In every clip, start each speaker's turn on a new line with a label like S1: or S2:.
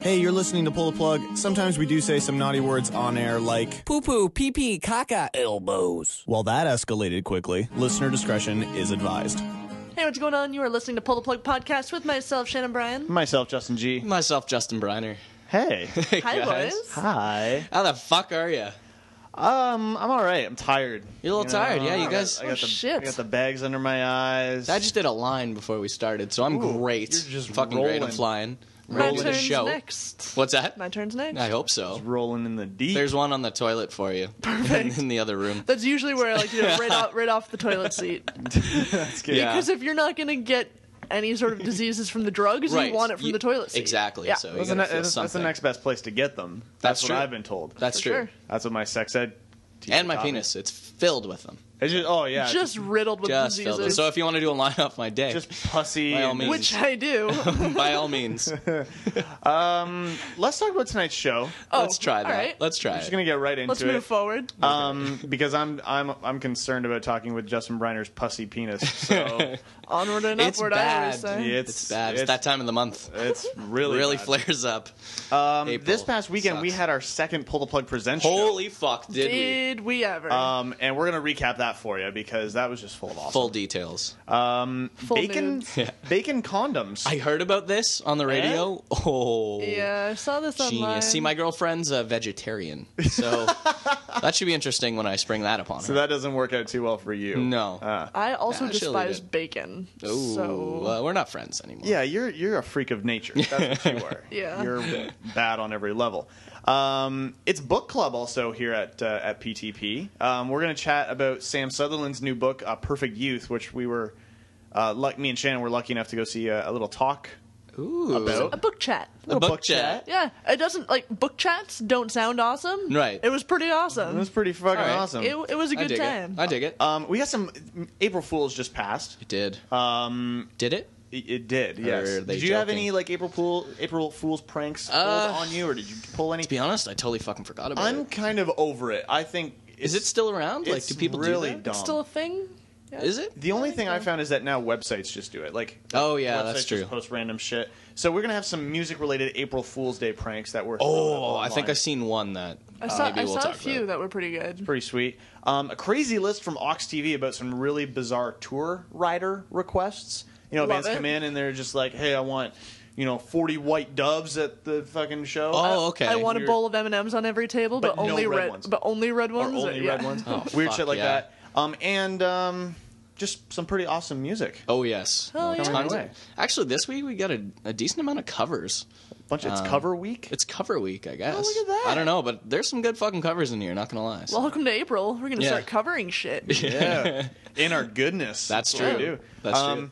S1: Hey, you're listening to Pull the Plug. Sometimes we do say some naughty words on air like,
S2: Poo poo, pee pee, caca, elbows.
S1: well, that escalated quickly. Listener discretion is advised.
S3: Hey, what's going on? You are listening to Pull the Plug Podcast with myself, Shannon Bryan.
S4: Myself, Justin G.
S5: Myself, Justin Briner.
S4: Hey.
S5: Hey,
S3: Hi,
S5: guys.
S3: boys.
S4: Hi.
S5: How the fuck are you?
S4: Um, I'm all right. I'm tired.
S5: You're a little tired, yeah, you guys-
S4: I got,
S3: Oh,
S4: the,
S3: shit.
S4: I got the bags under my eyes.
S5: I just did a line before we started, so I'm
S4: Ooh,
S5: great.
S4: you're just
S5: fucking great. I'm
S4: rolling.
S5: flying.
S3: My
S5: Rolling the
S3: turn's
S5: show.
S3: next.
S5: What's that?
S3: My turn's next.
S5: I hope so.
S4: rolling in the deep.
S5: There's one on the toilet for you.
S3: Perfect.
S5: In, the other room.
S3: That's usually where I like to do it, right off, right off the toilet seat.
S4: That's good.
S5: Yeah.
S3: Because if you're not going to get any sort of diseases from the drugs,
S5: Right.
S3: you want it from
S5: You-
S3: the toilet seat.
S5: Exactly.
S3: Yeah.
S5: So you
S4: That's, the
S5: gotta
S4: ne-
S5: feel
S4: that's- that's the
S5: something.
S4: next best place to get them.
S5: That's
S4: That's, what
S5: true.
S4: I've been told.
S5: That's
S3: For
S5: true.
S3: sure.
S4: That's what my sex ed. teacher
S5: And my
S4: taught me.
S5: penis. It's filled with them.
S4: It's just, oh yeah, just,
S3: Just riddled with
S5: Just filled with.
S3: diseases.
S5: So if you want to do a line off my day,
S4: just pussy.
S5: By all
S4: and-
S5: means.
S3: which I do.
S5: by all means,
S4: Um, Let's talk about tonight's show.
S3: Oh,
S5: let's try that.
S3: all right.
S5: Let's try
S4: We're
S5: it.
S4: just gonna get right into
S3: Let's
S4: it.
S3: move forward.
S4: Um, because I'm I'm I'm concerned about talking with Justin Briner's pussy penis. So
S3: Onward and
S5: It's
S3: upward, I always
S5: bad.
S3: say.
S4: Yeah.
S5: It's, bad. It's,
S4: it's-
S5: that time of the month.
S4: it's really
S5: really
S4: bad.
S5: flares up.
S4: Um,
S5: April
S4: this past weekend we
S5: sucks.
S4: had our second pull the plug present show.
S5: Holy fuck! Did we?
S3: Did we ever?
S4: Um, and we're gonna recap that for you because that was just full of awesome. Um,
S5: Full details.
S3: Full
S4: bacon,
S3: nudes.
S5: Yeah.
S4: bacon condoms.
S5: I heard about this on the radio. Oh,
S3: Yeah, I saw this
S5: genius!
S3: online.
S5: See, my girlfriend's a vegetarian, so that should be interesting when I spring that upon her.
S4: so that doesn't work out too well for you.
S5: no,
S4: Uh,
S3: I also
S5: Nah, she'll eat
S3: despise
S5: it.
S3: bacon.
S5: Ooh,
S3: so
S5: uh, we're not friends anymore.
S4: yeah, you're you're a freak of nature. That's what you are.
S3: Yeah.
S4: You're bad on every level. Um, it's book club also here at uh, at PTP. Um, we're gonna chat about Sam Sutherland's new book, uh, Perfect Youth, which we were, uh, luck me and Shannon were lucky enough to go see a, a little talk
S5: Ooh,
S4: about.
S3: a book chat.
S5: a book,
S4: book
S5: chat.
S3: Yeah, it doesn't like book chats don't sound awesome.
S5: Right.
S3: It was pretty awesome.
S4: It was pretty fucking
S5: Alright.
S4: awesome.
S3: It, it was a
S5: I
S3: good
S5: dig
S3: time.
S5: it. I dig it.
S4: Um, we got some. April Fools just passed.
S5: it did.
S4: Um,
S5: did it?
S4: it, it did. Yes.
S5: Or are
S4: Did
S5: they
S4: you have
S5: joking?
S4: any like April Fool April Fools pranks
S5: Uh,
S4: pulled on you, or did you pull any?
S5: To be honest, I totally fucking forgot about
S4: I'm
S5: it.
S4: kind of over it. I think
S5: Is it
S4: it's-
S5: still around? Like,
S4: it's
S5: do people
S4: really
S5: do that?
S4: dumb?
S3: It's still a thing. Yeah.
S5: Is it?
S4: the only thing I found is that now websites just do it. Like,
S5: Oh, yeah,
S4: websites
S5: that's
S4: just
S5: true.
S4: Post random shit. So we're gonna have some music-related April Fool's Day pranks that were.
S5: Oh, I think
S4: online.
S5: I've seen one that uh,
S3: I saw,
S5: maybe
S3: I
S5: we'll
S3: saw
S5: talk
S3: a few
S5: about.
S3: that were pretty good.
S4: pretty sweet. Um, a crazy list from Ox TV about some really bizarre tour rider requests. You know,
S3: Love
S4: bands
S3: it.
S4: come in and they're just like, "Hey, I want, you know, forty white doves at the fucking show."
S5: Oh, okay.
S3: I want a
S4: Weird.
S3: bowl of M and M's on every table, but,
S4: But no
S3: only
S4: red ones.
S3: But only red
S4: or
S3: ones.
S4: only
S3: yeah.
S4: red ones.
S5: Oh,
S4: Weird
S5: fuck,
S4: shit like
S5: yeah.
S4: that. Um, and um, just some pretty awesome music.
S5: Oh yes,
S3: Hell yeah.
S5: Tons of-
S4: Away.
S5: actually, this week we got a, a decent amount of covers. Um,
S4: bunch of it's cover week. Oh,
S5: It's cover week, I guess.
S4: look at that.
S5: I don't know, but there's some good fucking covers in here. Not gonna lie. So-
S3: Welcome to April. We're gonna
S5: Yeah.
S3: start covering shit.
S4: yeah, in our goodness.
S5: That's
S4: what
S5: true.
S4: We do. Um,
S5: That's true.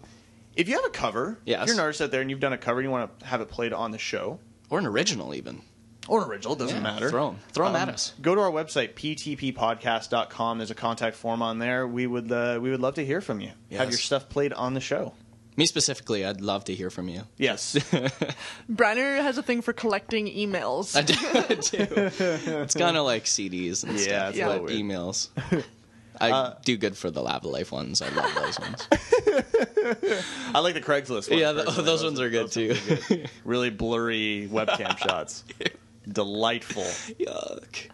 S4: If you have a cover,
S5: Yes.
S4: if you're an artist out there and you've done a cover, you want to have it played on the show
S5: or an original even.
S4: or an original, doesn't
S5: Yeah,
S4: matter.
S5: Throw them. Throw 'em
S4: Um,
S5: at us.
S4: Go to our website ptppodcast.com. There's a contact form on there. We would uh, we would love to hear from you. Have
S5: Yes.
S4: your stuff played on the show.
S5: Me specifically, I'd love to hear from you.
S4: Yes.
S3: Brenner has a thing for collecting emails.
S5: I do. I do. It's kind of like CDs and stuff,
S4: Yeah, it's a little
S5: but
S4: weird. Uh,
S5: emails. I do good for the Lab Life ones. I love those ones.
S4: I like the Craigslist. Ones
S5: yeah, th-
S4: personally.
S5: those ones are good
S4: those ones
S5: too.
S4: are good. Really blurry webcam shots. Delightful.
S5: Yuck.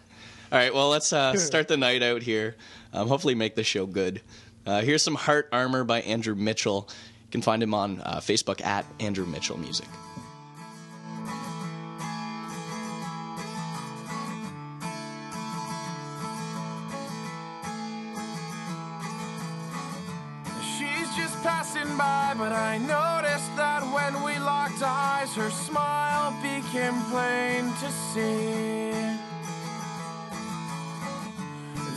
S5: All right, well, let's uh, start the night out here. Um, hopefully, make the show good. Uh, here's some Heart Armor by Andrew Mitchell. You can find him on uh, Facebook at Andrew Mitchell Music.
S6: She's just passing by, but I noticed that when we locked eyes, her smile became plain to see.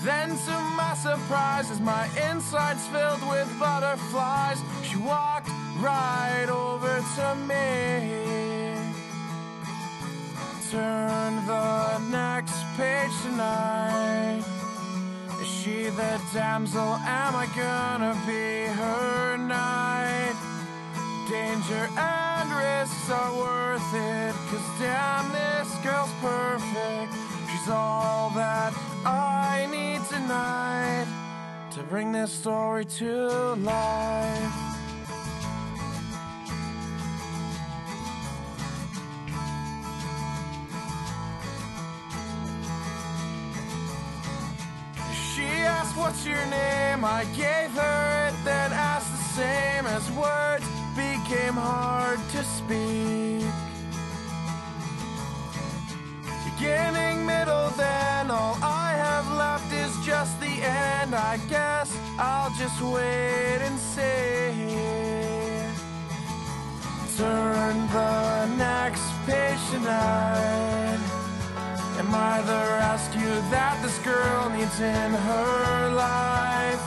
S6: Then, to my surprise, as my insides filled with butterflies, she walked right over to me. Turn the next page tonight. Is she the damsel? Am I gonna be her knight? Danger and risks are worth it, cause damn, this girl's perfect. She's all that I need tonight to bring this story to life. what's your name? I gave her it, then asked the same as words became hard to speak. Beginning, middle, then all I have left is just the end. I guess I'll just wait and see. Turn the next page tonight. Am I the rescue that this girl needs in her life?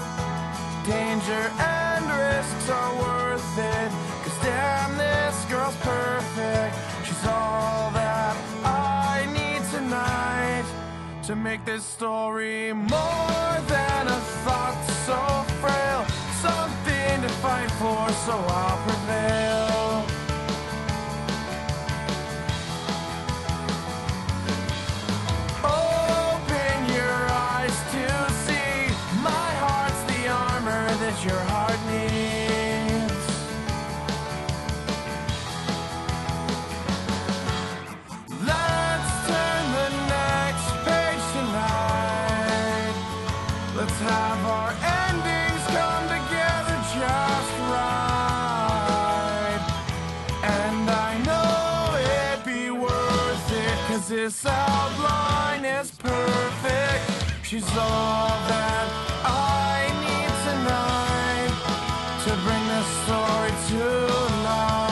S6: Danger and risks are worth it. Cause damn, this girl's perfect. She's all that I need tonight to make this story more than a thought so frail. Something to fight for, so I'll prevail. Open your eyes to see my heart's the armor that your heart needs. Let's turn the next page tonight. Let's have our endings come together just right. And I know it'd be worth it, cause this outline is perfect. She's all that I need tonight to bring this story to life.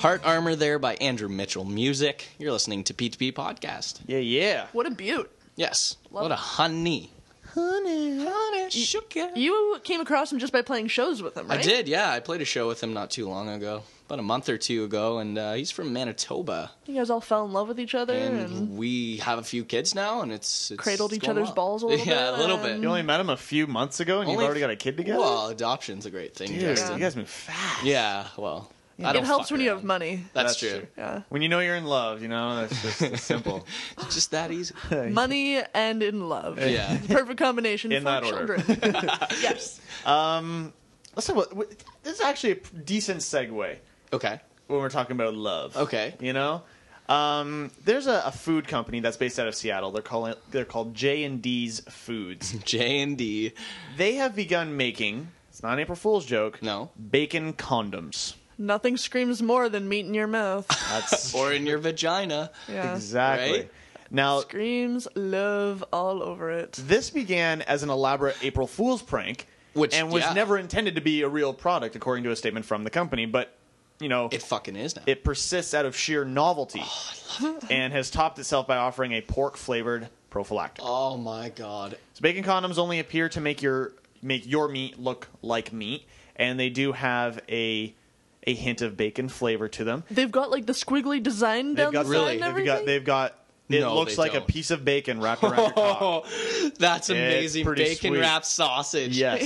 S5: Heart Armor there by Andrew Mitchell Music. You're listening to P2P Podcast.
S4: Yeah, yeah.
S3: What a beaut.
S5: Yes. what
S3: it.
S5: a honey. Honey, honey, sugar.
S3: You came across him just by playing shows with him, right?
S5: I did, yeah. I played a show with him not too long ago, about a month or two ago, and uh, he's from Manitoba.
S3: You guys all fell in love with each other and,
S5: And we have a few kids now, and it's, it's
S3: Cradled
S5: it's
S3: each
S5: going
S3: other's
S5: well.
S3: balls a little
S5: yeah,
S3: bit,
S5: a little bit.
S3: and-
S4: You only met him a few months ago, and you've
S5: Only-
S4: already got a kid together.
S5: Well, adoption's a great thing,
S4: Dude,
S5: Justin.
S4: you guys move fast.
S5: Yeah, well, I
S3: it
S5: don't
S3: helps
S5: fuck
S3: when you
S5: around.
S3: have money.
S5: That's,
S4: That's
S5: true.
S4: true.
S3: Yeah.
S4: When you know you're in love, you know that's just it's simple.
S5: It's Just that easy.
S3: Money and in love.
S5: Yeah.
S3: Perfect combination for
S4: In that order. Um,
S3: children. yes.
S4: Let's talk about what- this. Is actually a decent segue.
S5: Okay.
S4: when we're talking about love.
S5: Okay.
S4: You know, um, there's a, a food company that's based out of Seattle. They're calling they're called J and D's Foods.
S5: J and D.
S4: they have begun making. It's not an April Fool's joke.
S5: No.
S4: bacon condoms.
S3: Nothing screams more than meat in your mouth.
S4: That's
S5: Or in your vagina.
S3: Yeah.
S4: exactly.
S5: Right?
S4: Now
S3: Screams love all over it.
S4: this began as an elaborate April Fool's prank,
S5: Which,
S4: and was
S5: yeah.
S4: never intended to be a real product, according to a statement from the company. But you know,
S5: It fucking is now. Oh,
S4: It persists out of sheer novelty and has topped itself by offering a pork flavored prophylactic.
S5: oh my god.
S4: So bacon condoms only appear to make your make your meat look like meat, and they do have a a hint of bacon flavor to them.
S3: They've got like the squiggly design down
S4: got
S3: the
S5: really-
S3: side and
S5: they've
S4: They've
S3: everything.
S4: got they've got it
S5: No,
S4: looks
S5: they
S4: like a
S5: don't.
S4: piece of bacon wrapped around your cock.
S5: That's amazing.
S4: pretty
S5: Bacon
S4: sweet.
S5: wrapped sausage.
S4: Yes.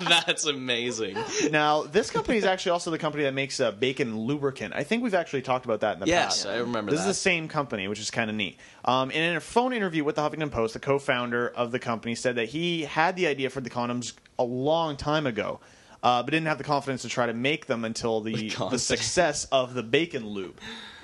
S5: That's amazing.
S4: Now this company is actually also the company that makes uh, bacon lubricant. I think we've actually talked about that in the
S5: Yes,
S4: past.
S5: I remember
S4: This is
S5: that.
S4: the same company, which is kind of neat. Um, and in a phone interview with the Huffington Post, the co-founder of the company said that he had the idea for the condoms a long time ago, uh, but didn't have the confidence to try to make them until the, the
S5: confidence.
S4: success of the bacon lube.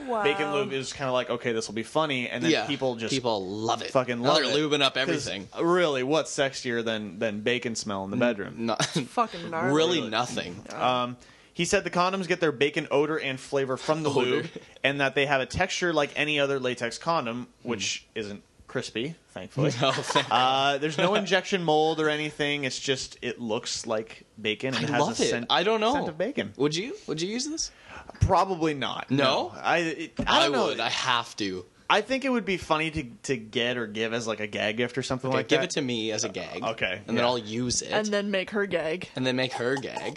S3: wow.
S4: Bacon lube is kind of like okay, this will be funny, and then
S5: yeah.
S4: people just
S5: people love it.
S4: fucking
S5: Now
S4: love
S5: they're
S4: it.
S5: lubing up
S4: 'Cause
S5: everything.
S4: Really, what's sexier than than bacon smell in the bedroom?
S5: Not,
S3: fucking gnarly.
S5: really nothing.
S4: Um, he said the condoms get their bacon odor and flavor from the
S5: Odor.
S4: lube, and that they have a texture like any other latex condom, which isn't crispy, thankfully.
S5: Hmm. No, thank-
S4: Uh, there's no injection mold or anything. It's just it looks like bacon and
S5: I
S4: has
S5: love
S4: a
S5: it.
S4: scent.
S5: I don't know.
S4: scent of bacon.
S5: Would you? Would you use this?
S4: Probably not.
S5: No?
S4: I it, I don't know.
S5: would. I have to.
S4: I think it would be funny to to get or give as like a gag gift or something
S5: Okay,
S4: like
S5: give
S4: that.
S5: it to me as a gag.
S4: okay,
S5: And then
S4: yeah.
S5: I'll use it.
S3: And then make her gag.
S5: and then make her gag.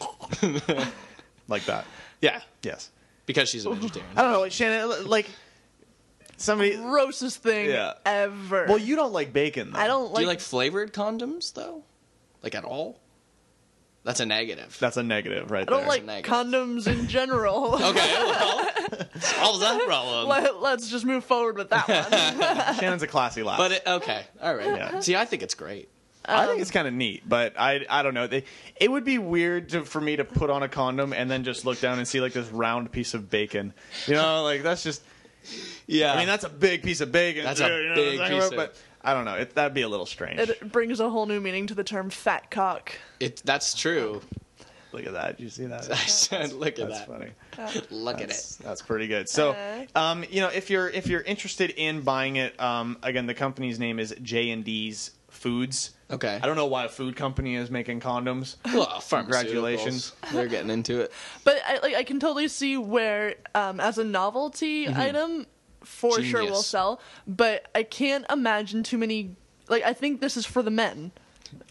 S4: like that.
S5: Yeah.
S4: Yes.
S5: because she's a vegetarian.
S4: I don't know, like Shannon, like somebody.
S3: Grossest thing
S4: Yeah.
S3: ever.
S4: Well, you don't like bacon. Though.
S3: I don't like.
S5: Do you like flavored condoms though? Like at all? That's a negative.
S4: That's a negative, right
S3: I don't
S4: there.
S3: like
S5: negative.
S3: condoms in general.
S5: okay, well, solves that problem.
S3: Let, us just move forward with that one.
S4: Shannon's a classy lass.
S5: But it, okay, all right.
S4: Yeah.
S5: See, I think it's great.
S4: I think it's kind of neat, but I I don't know. They, it would be weird to, for me to put on a condom and then just look down and see like this round piece of bacon. You know, like that's just.
S5: Yeah,
S4: I mean, that's a big piece of bacon.
S5: That's
S4: too,
S5: a
S4: you know what
S5: big
S4: I'm talking
S5: piece
S4: about?
S5: of-
S4: But I don't know. It, that'd be a little strange.
S3: it brings a whole new meaning to the term fat cock.
S5: it, that's true.
S4: Look at that. Did you see that?
S5: I said, look at
S4: That's
S5: that.
S4: funny.
S5: Look at it.
S4: That's, that's pretty good. So,
S3: Uh-huh.
S4: um, you know, if you're if you're interested in buying it, um, again, the company's name is J and D's Foods.
S5: Okay.
S4: I don't know why a food company is making condoms.
S5: Well,
S4: Congratulations.
S5: pharmaceuticals, They're getting into it.
S3: But I, like, I can totally see where, um, as a novelty item, for sure will
S5: Genius.
S3: sell. But I can't imagine too many. Like, I think this is for the men.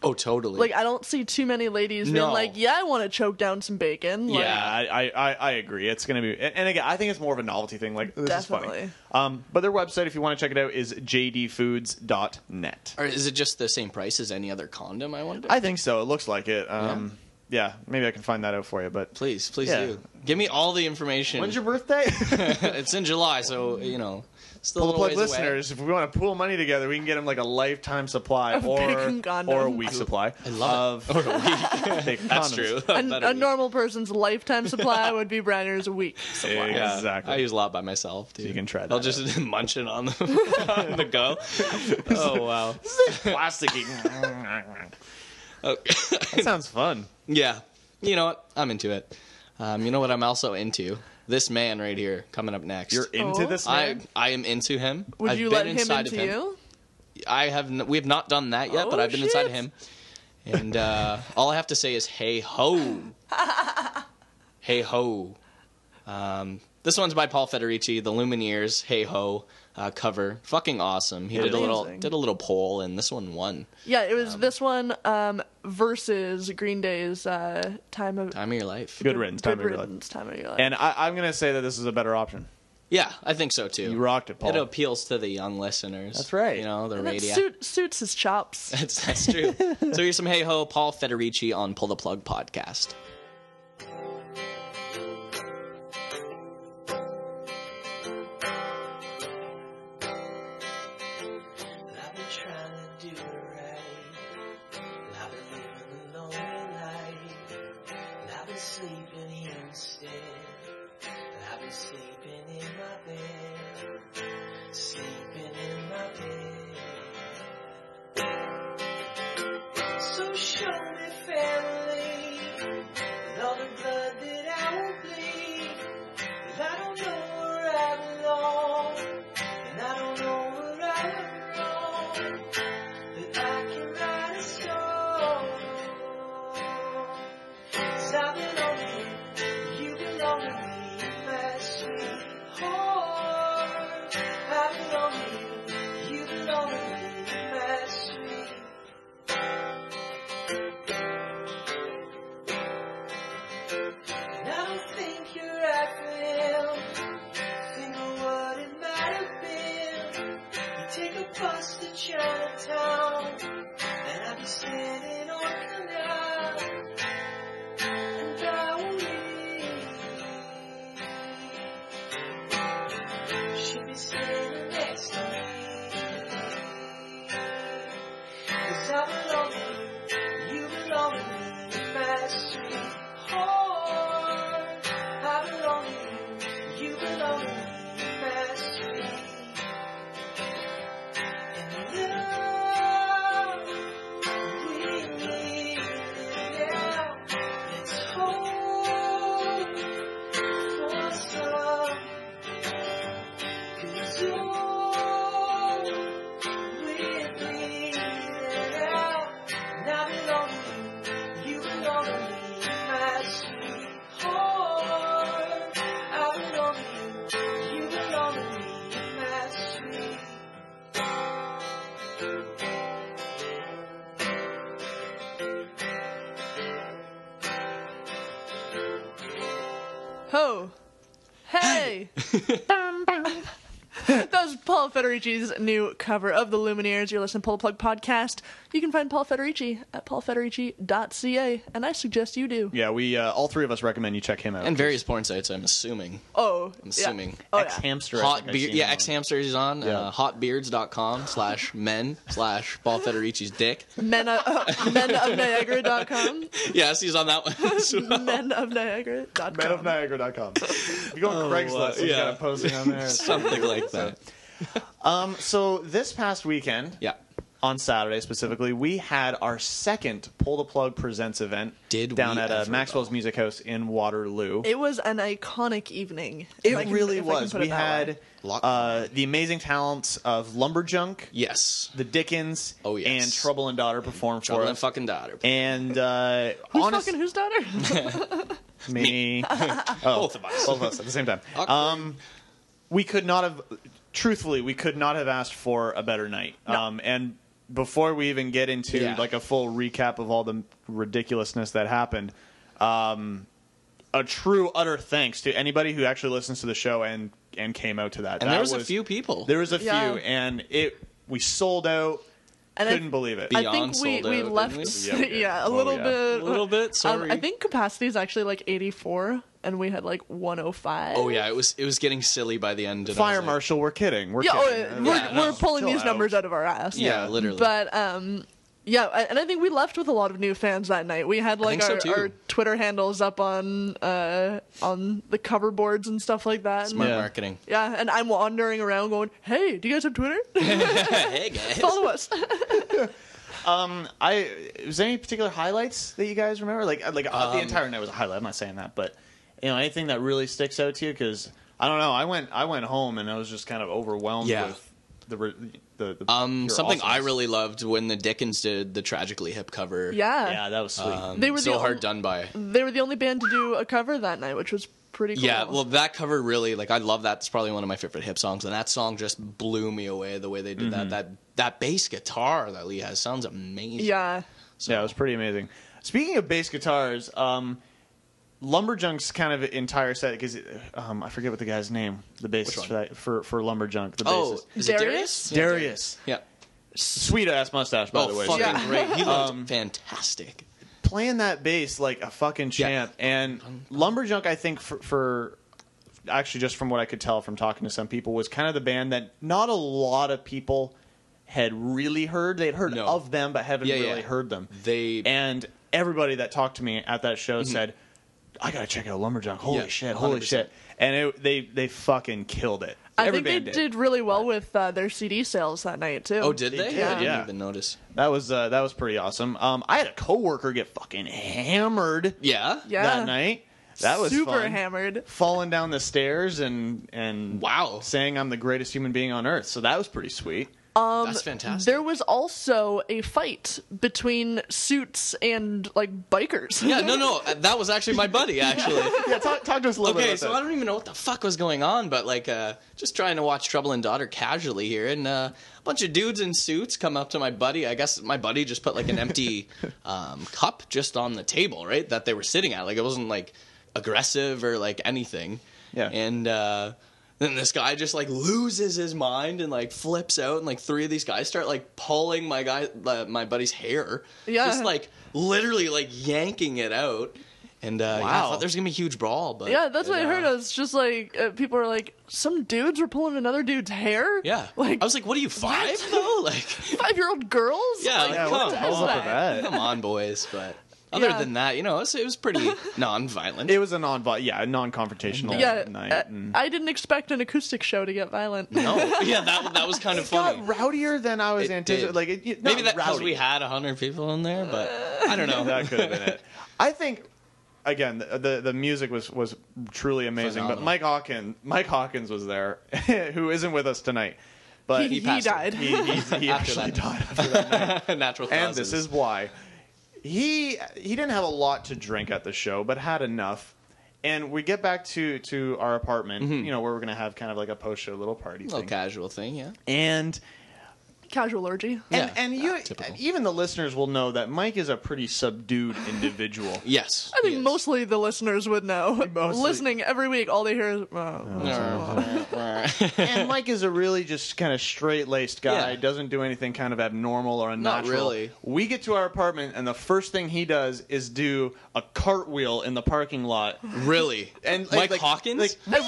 S5: Oh, totally.
S3: Like, I don't see too many ladies
S5: No.
S3: being like, "Yeah, I want to choke down some bacon." Like,
S5: Yeah.
S4: Yeah, I, I- I, I agree. It's gonna be, and and again, I think it's more of a novelty thing. Like this is
S3: Definitely.
S4: funny. Um, but their website, if you want to check it out, is jdfoods.net.
S5: or is it just the same price as any other condom? I wonder.
S4: I think so. It looks like it. Um, yeah. maybe I can find that out for you. But
S5: please, please
S4: Yeah.
S5: do. Give me all the information.
S4: when's your birthday?
S5: it's in July, so you know, still a
S4: Pull
S5: little
S4: the plug
S5: ways away.
S4: listeners, if we want to pool money together, we can get them like a lifetime supply
S3: Of
S4: or
S3: bacon condoms.
S4: or a week supply. I
S5: love
S4: of or a week. bacon
S5: That's
S3: a,
S5: true.
S4: condoms.
S5: That'd
S3: a
S5: be-
S3: normal person's lifetime supply would be Briner's week supply.
S5: Yeah,
S4: Exactly.
S5: I use a lot by myself. Dude.
S4: you can try that
S5: I'll just munch it on the, on the go. Oh wow.
S4: Plasticky.
S5: Okay.
S4: that sounds fun.
S5: yeah. You know what? I'm into it. Um, you know what? I'm also into this man right here coming up next.
S4: You're into
S3: Oh.
S4: this.
S5: I
S4: man?
S5: I am into him.
S3: Would
S5: I've
S3: you
S5: been
S3: let him
S5: inside
S3: into
S5: of him.
S3: you?
S5: I have. N- we have not done that yet, but
S3: Oh,
S5: I've been inside
S3: shit.
S5: him, and uh, all I have to say is "Hey ho, hey ho." Um, this one's by Paul Federici, the Lumineers. Hey ho. Uh, cover fucking awesome. He did a little
S3: Amazing.
S5: did a little poll, and this one won.
S3: Yeah, it was this one um, versus Green Day's uh, time of
S5: Time of your life.
S4: Good riddance. Time
S3: Good
S4: of your life.
S3: riddance, time of your life.
S4: And I, I'm gonna say that this is a better option.
S5: Yeah, I think so too.
S4: You rocked it, Paul.
S5: It appeals to the young listeners.
S4: That's right.
S5: You know the
S3: And it
S5: radio.
S3: suit, suits his chops.
S5: That's, that's true. so here's some hey ho, Paul Federici on Pull the Plug podcast.
S7: I've been trying to do it right. And I've been living a lonely life. And I've been sleeping here instead. And I've been sleeping in my bed. Sleeping in my bed. So show me family. And all the blood that I will bleed. 'Cause I don't know where I belong. And I don't know where I belong. But I can write a song. Cause I belong to you. You belong to me, my sweetheart. I belong to you. You belong to me, my sweet. And I don't think you're at will. Think of what it might have been. You take a bus to Chinatown, and I'll be standing on canal. And I will leave. She'll be standing next to me. Cause I belong to you, you belong to me, my sweetheart. I belong to you, you belong to me, my sweet. And love, we need it now. Let's hope for some. Cause you're with me now. And I belong to you, you belong to me, my sweetheart. I belong to you, you belong to me, my sweet.
S3: Ho, Hey! that was Paul Federici's new cover of The Lumineers. You're listening to Pull Plug Podcast. You can find Paul Federici at paulfederici.ca, and I suggest you do.
S4: Yeah, we uh, all three of us recommend you check him out.
S5: and various porn sites. I'm assuming.
S3: Oh,
S5: I'm assuming.
S3: Yeah. Oh,
S4: Ex
S3: yeah.
S4: hamster.
S5: Hot beard, yeah. X hamsters is on.
S4: Yeah.
S5: Uh, hotbeards.com slash men slash Paul Federici's dick.
S3: Men, of, uh, men of Niagara.com.
S5: Yes, he's on that one. as well.
S3: Men of Niagara.com.
S4: Menofniagara.com. You go on Craigslist,
S5: uh,
S4: he's
S5: yeah.
S4: got a posting on there.
S5: Something like that.
S4: um, so this past weekend,
S5: Yeah.
S4: on Saturday specifically, we had our second Pull the Plug Presents event
S5: Did
S4: down
S5: we
S4: at uh,
S5: ever,
S4: Maxwell's Music House in Waterloo.
S3: It was an iconic evening.
S4: It
S3: if I can-
S4: really
S3: if I can
S4: was.
S3: put it
S4: We
S3: that way.
S4: had
S5: Lock-
S4: uh, the amazing talents of Lumberjunk,
S5: Yes.
S4: the Dickens,
S5: Oh, yes.
S4: and Trouble and Daughter perform for
S5: Trouble in
S4: us.
S5: fucking daughter.
S4: And uh,
S3: Who's
S4: honest-
S3: fucking whose daughter?
S4: me,
S5: Both of us.
S4: Oh, both of us at the same time.
S5: Awkward.
S4: Um, we could not have, truthfully, we could not have asked for a better night. Um, and before we even get into
S5: Yeah.
S4: like a full recap of all the ridiculousness that happened, um, a true utter thanks to anybody who actually listens to the show and and came out to that.
S5: and
S4: That
S5: there was, a few people.
S4: There was a
S3: Yeah.
S4: few, and it we sold out.
S3: And I-
S4: couldn't believe it.
S5: I-
S3: I think
S5: Beyond
S3: we,
S5: sold
S3: we
S5: out,
S3: left
S5: didn't
S4: we? Yeah, we did.
S3: yeah, a
S4: Oh,
S3: little
S4: yeah.
S3: bit
S5: a little bit.
S3: Um,
S5: Sorry.
S3: I think capacity is actually like 84, and we had like 105.
S5: Oh yeah, it was it was getting silly by the end. and I was
S4: Fire
S5: like-
S4: marshal, we're kidding. We're
S3: yeah, oh,
S4: kidding.
S3: yeah,
S4: Uh,
S3: we're,
S5: Yeah,
S3: we're
S5: no,
S3: pulling
S4: chill
S3: these
S4: out.
S3: numbers out of our ass.
S5: Yeah, literally.
S3: But um, yeah, I- and I think we left with a lot of new fans that night. We had like
S5: think so,
S3: our,
S5: too.
S3: our Twitter handles up on uh on the cover boards and stuff like that.
S5: Smart
S3: And,
S5: marketing.
S3: yeah, and I'm wandering around going, "Hey, do you guys have Twitter?
S5: hey guys.
S3: Follow us."
S4: Um, I was there any particular highlights that you guys remember? Like like
S5: Um,
S4: uh, the entire night was a highlight. I'm not saying that, but you know anything that really sticks out to you? Because I don't know. I went I went home and I was just kind of overwhelmed
S5: Yeah.
S4: with the re- the, the
S5: Um,
S4: pure
S5: something I
S4: awesomeness.
S5: really loved when the Dickens did the tragically hip cover.
S3: yeah.
S4: yeah that was sweet.
S5: Um,
S3: They were
S5: so
S3: the
S5: hard
S3: on-
S5: done by.
S3: they were the only band to do a cover that night, which was pretty cool.
S5: Yeah, well, that cover really like I love that. It's probably one of my favorite hip songs, and that song just blew me away the way they did that. That that bass guitar that Lee has sounds amazing.
S3: yeah.
S4: Yeah, it was pretty amazing. Speaking of bass guitars, um, Lumberjunk's kind of entire set because um, I forget what the guy's name, the bassist
S5: one?
S4: for that for for Lumberjunk, the
S5: Oh,
S4: bassist.
S5: is it
S3: Darius?
S5: Darius? Yeah,
S4: Darius,
S5: Yeah.
S4: sweet ass mustache by
S5: oh,
S4: the way. Um,
S5: fucking
S3: Yeah.
S5: great. He looked fantastic.
S4: playing that bass like a fucking champ. And Lumberjunk, I think for, for actually just from what I could tell from talking to some people, was kind of the band that not a lot of people had really heard. They'd heard
S5: No.
S4: of them, but haven't
S5: Yeah, yeah.
S4: really heard them.
S5: They Mm-hmm.
S4: And everybody that talked to me at that show said, "I gotta check out Lumberjunk. Holy
S5: Yeah,
S4: shit! Holy
S5: 100%.
S4: shit!" And it, they they fucking killed it.
S3: I
S4: Every
S3: think they
S4: band
S3: did. really well with uh, their CD sales that night too.
S5: oh did they?
S4: did,
S5: I didn't
S4: yeah.
S5: even notice.
S4: That was uh, that was pretty awesome. Um, I had a coworker get fucking hammered
S5: Yeah.
S3: Yeah.
S4: that night. That was
S3: super
S4: fun.
S3: hammered.
S4: falling down the stairs and and
S5: Wow.
S4: saying I'm the greatest human being on earth. So that was pretty sweet.
S5: That's fantastic.
S3: Um, There was also a fight between suits and like bikers.
S5: yeah, no, no, uh, that was actually my buddy. Actually,
S4: Yeah, talk, talk to us a little
S5: okay,
S4: bit.
S5: so I don't even know what the fuck was going on, but like, uh, just trying to watch Trouble and Daughter casually here, and uh, a bunch of dudes in suits come up to my buddy. I guess my buddy just put like an empty um, cup just on the table, right, that they were sitting at. Like it wasn't like aggressive or like anything.
S4: Yeah.
S5: And uh, then this guy just like loses his mind and like flips out, and like three of these guys start like pulling my guy, uh, my buddy's hair.
S3: Yeah.
S5: Just like literally like yanking it out. And uh, yeah, I
S4: Wow.
S5: thought there was gonna be a huge brawl, but
S3: Yeah, that's what I
S5: it, uh,
S3: heard. I was just like, uh, people were like, some dudes were pulling another dude's hair.
S5: uh, Yeah.
S3: like
S5: I was like, what are you, five though? Like,
S3: five year old girls.
S5: yeah,
S3: Like,
S5: like,
S4: yeah,
S5: come,
S4: what the hell's
S5: on,
S4: up with that?
S5: come on, boys. But other
S3: Yeah.
S5: than that, you know, it was, it was pretty non violent.
S4: It was a non yeah, a non-confrontational
S3: yeah.
S4: night.
S3: uh,
S4: and-
S3: I didn't expect an acoustic show to get violent.
S5: no. yeah, that, that was kind of
S4: got
S5: funny.
S4: rowdier than I was
S5: It
S4: anticipating.
S5: did.
S4: Like it, it-
S5: Maybe
S4: not
S5: that's because
S4: rowdy.
S5: we had 100 people in there, but I don't know.
S4: that could have been it. I think again the the, the music was was truly amazing. But
S5: Phenomenal.
S4: Mike Hawkins Mike Hawkins was there, who isn't with us tonight, but
S3: he,
S4: he
S5: he passed it.
S3: died.
S4: he, he, he
S5: After
S4: actually
S5: that.
S4: died.
S5: Natural
S4: and
S5: causes.
S4: this is why he he didn't have a lot to drink at the show but had enough and we get back to to our
S5: Mm-hmm.
S4: apartment you know where we're gonna have kind of like a post show little party
S5: a little
S4: thing
S5: casual thing, yeah.
S4: and
S3: Casual orgy.
S4: And,
S5: Yeah,
S4: and you,
S5: ah, typical.
S4: even the listeners will know that Mike is a pretty subdued individual.
S5: Yes.
S3: I think
S5: yes.
S3: mostly the listeners would know.
S4: Mostly.
S3: Listening every week, all they hear is. Uh,
S4: and Mike is a really just kind of straight laced guy.
S5: Yeah.
S4: Doesn't do anything kind of abnormal or unnatural.
S5: Not really.
S4: We get to our apartment, and the first thing he does is do a cartwheel in the parking lot.
S5: really?
S4: And
S5: Mike
S4: like- like-
S5: Hawkins?
S4: like,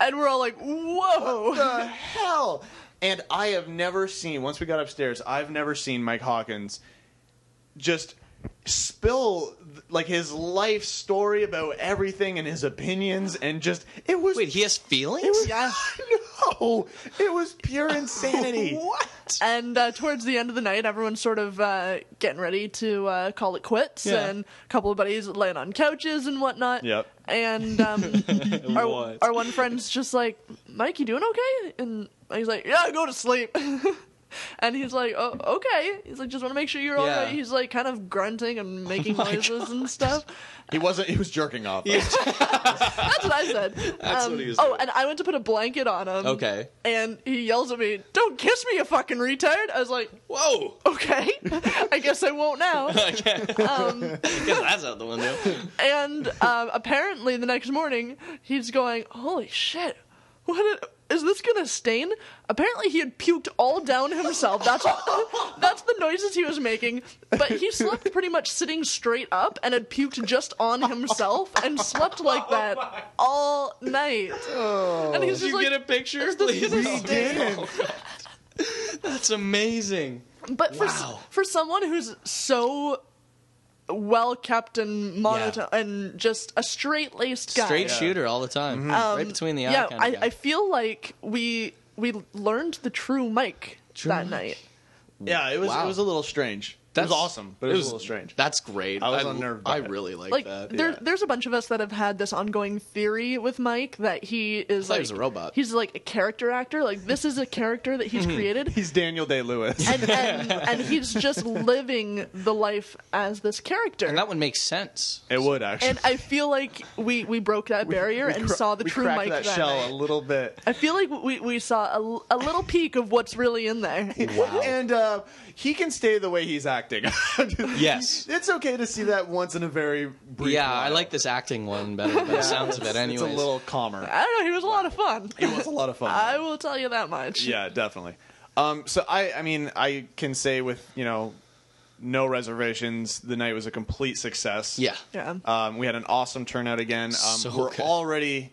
S3: and we're all like, whoa!
S4: the hell? And I have never seen, once we got upstairs, I've never seen Mike Hawkins just spill like his life story about everything and his opinions and just it was
S5: Wait, he has feelings?
S4: it was no it was pure insanity
S5: what?
S3: And uh, towards the end of the night, everyone's sort of uh, getting ready to uh, call it quits,
S4: Yeah.
S3: and a couple of buddies laying on couches and whatnot.
S4: Yep.
S3: And um, our,
S5: What?
S3: our one friend's just like, Mike, you doing okay? And he's like, Yeah, go to sleep. and he's like, Oh, okay. He's like, Just want to make sure you're all
S5: Yeah.
S3: right. He's like, kind of grunting and making noises and stuff.
S4: he wasn't he was jerking off
S3: That's what I said. That's
S5: what he was
S3: Oh,
S5: doing.
S3: and I went to put a blanket on him.
S5: Okay.
S3: And he yells at me, Don't kiss me, you fucking retard. I was like,
S5: Whoa.
S3: okay, I guess I won't now. Um,
S5: Because that's out the window.
S3: And um, apparently, the next morning, he's going, "Holy shit! What i- is this gonna stain?" Apparently, he had puked all down himself. That's what, that's the noises he was making. But he slept pretty much sitting straight up and had puked just on himself and slept like that all night. and he's just
S5: Did Oh you
S3: like,
S5: get a picture?
S3: "Is this
S5: please?
S3: gonna
S5: Oh,
S3: stain?"
S5: God. That's amazing.
S3: But for s
S5: Wow.
S3: for someone who's so well kept and monotone and just a straight laced guy, Um,
S5: Straight shooter all the time.
S4: Mm-hmm.
S5: right between the eye.
S3: yeah,
S5: kind
S3: I,
S5: of guy.
S3: I feel like we we learned the true Mike that night.
S4: yeah it was
S5: Wow.
S4: it was a little strange it was awesome but it, was, a little strange
S5: That's great.
S4: I was unnerved by
S5: I
S4: it.
S5: really like,
S3: Like
S5: that.
S3: there,
S4: yeah.
S3: there's a bunch of us that have had this ongoing theory with Mike that he is
S5: thought
S3: like
S5: he was a robot.
S3: He's like a character actor. Like this is a character that
S5: Mm-hmm.
S3: he's created.
S4: Mm-hmm. he's daniel day lewis
S3: And, and and he's just living the life as this character.
S5: And that would make sense.
S4: it would actually
S3: And I feel like we we broke that barrier and
S4: Cra-
S3: saw the
S4: we
S3: true
S4: cracked
S3: Mike
S4: that
S3: that,
S4: shell a
S3: night.
S4: little bit
S3: I feel like we, we saw a, l- a little peek of what's really in there.
S4: And uh, he can stay the way he's acting.
S5: Yes.
S4: It's okay to see that once in a very brief
S5: yeah, I
S4: while.
S5: like this acting one better by the sounds of it
S4: It's
S5: anyways.
S4: a little calmer.
S3: I don't know. He was a lot of fun.
S4: It was a lot of fun.
S3: I will tell you that much.
S4: yeah, definitely. Um, so I, I mean, I can say with you know, no reservations, the night was a complete success.
S5: yeah.
S3: Yeah.
S4: Um, we had an awesome turnout again. Um,
S5: So
S4: we're
S5: good.
S4: already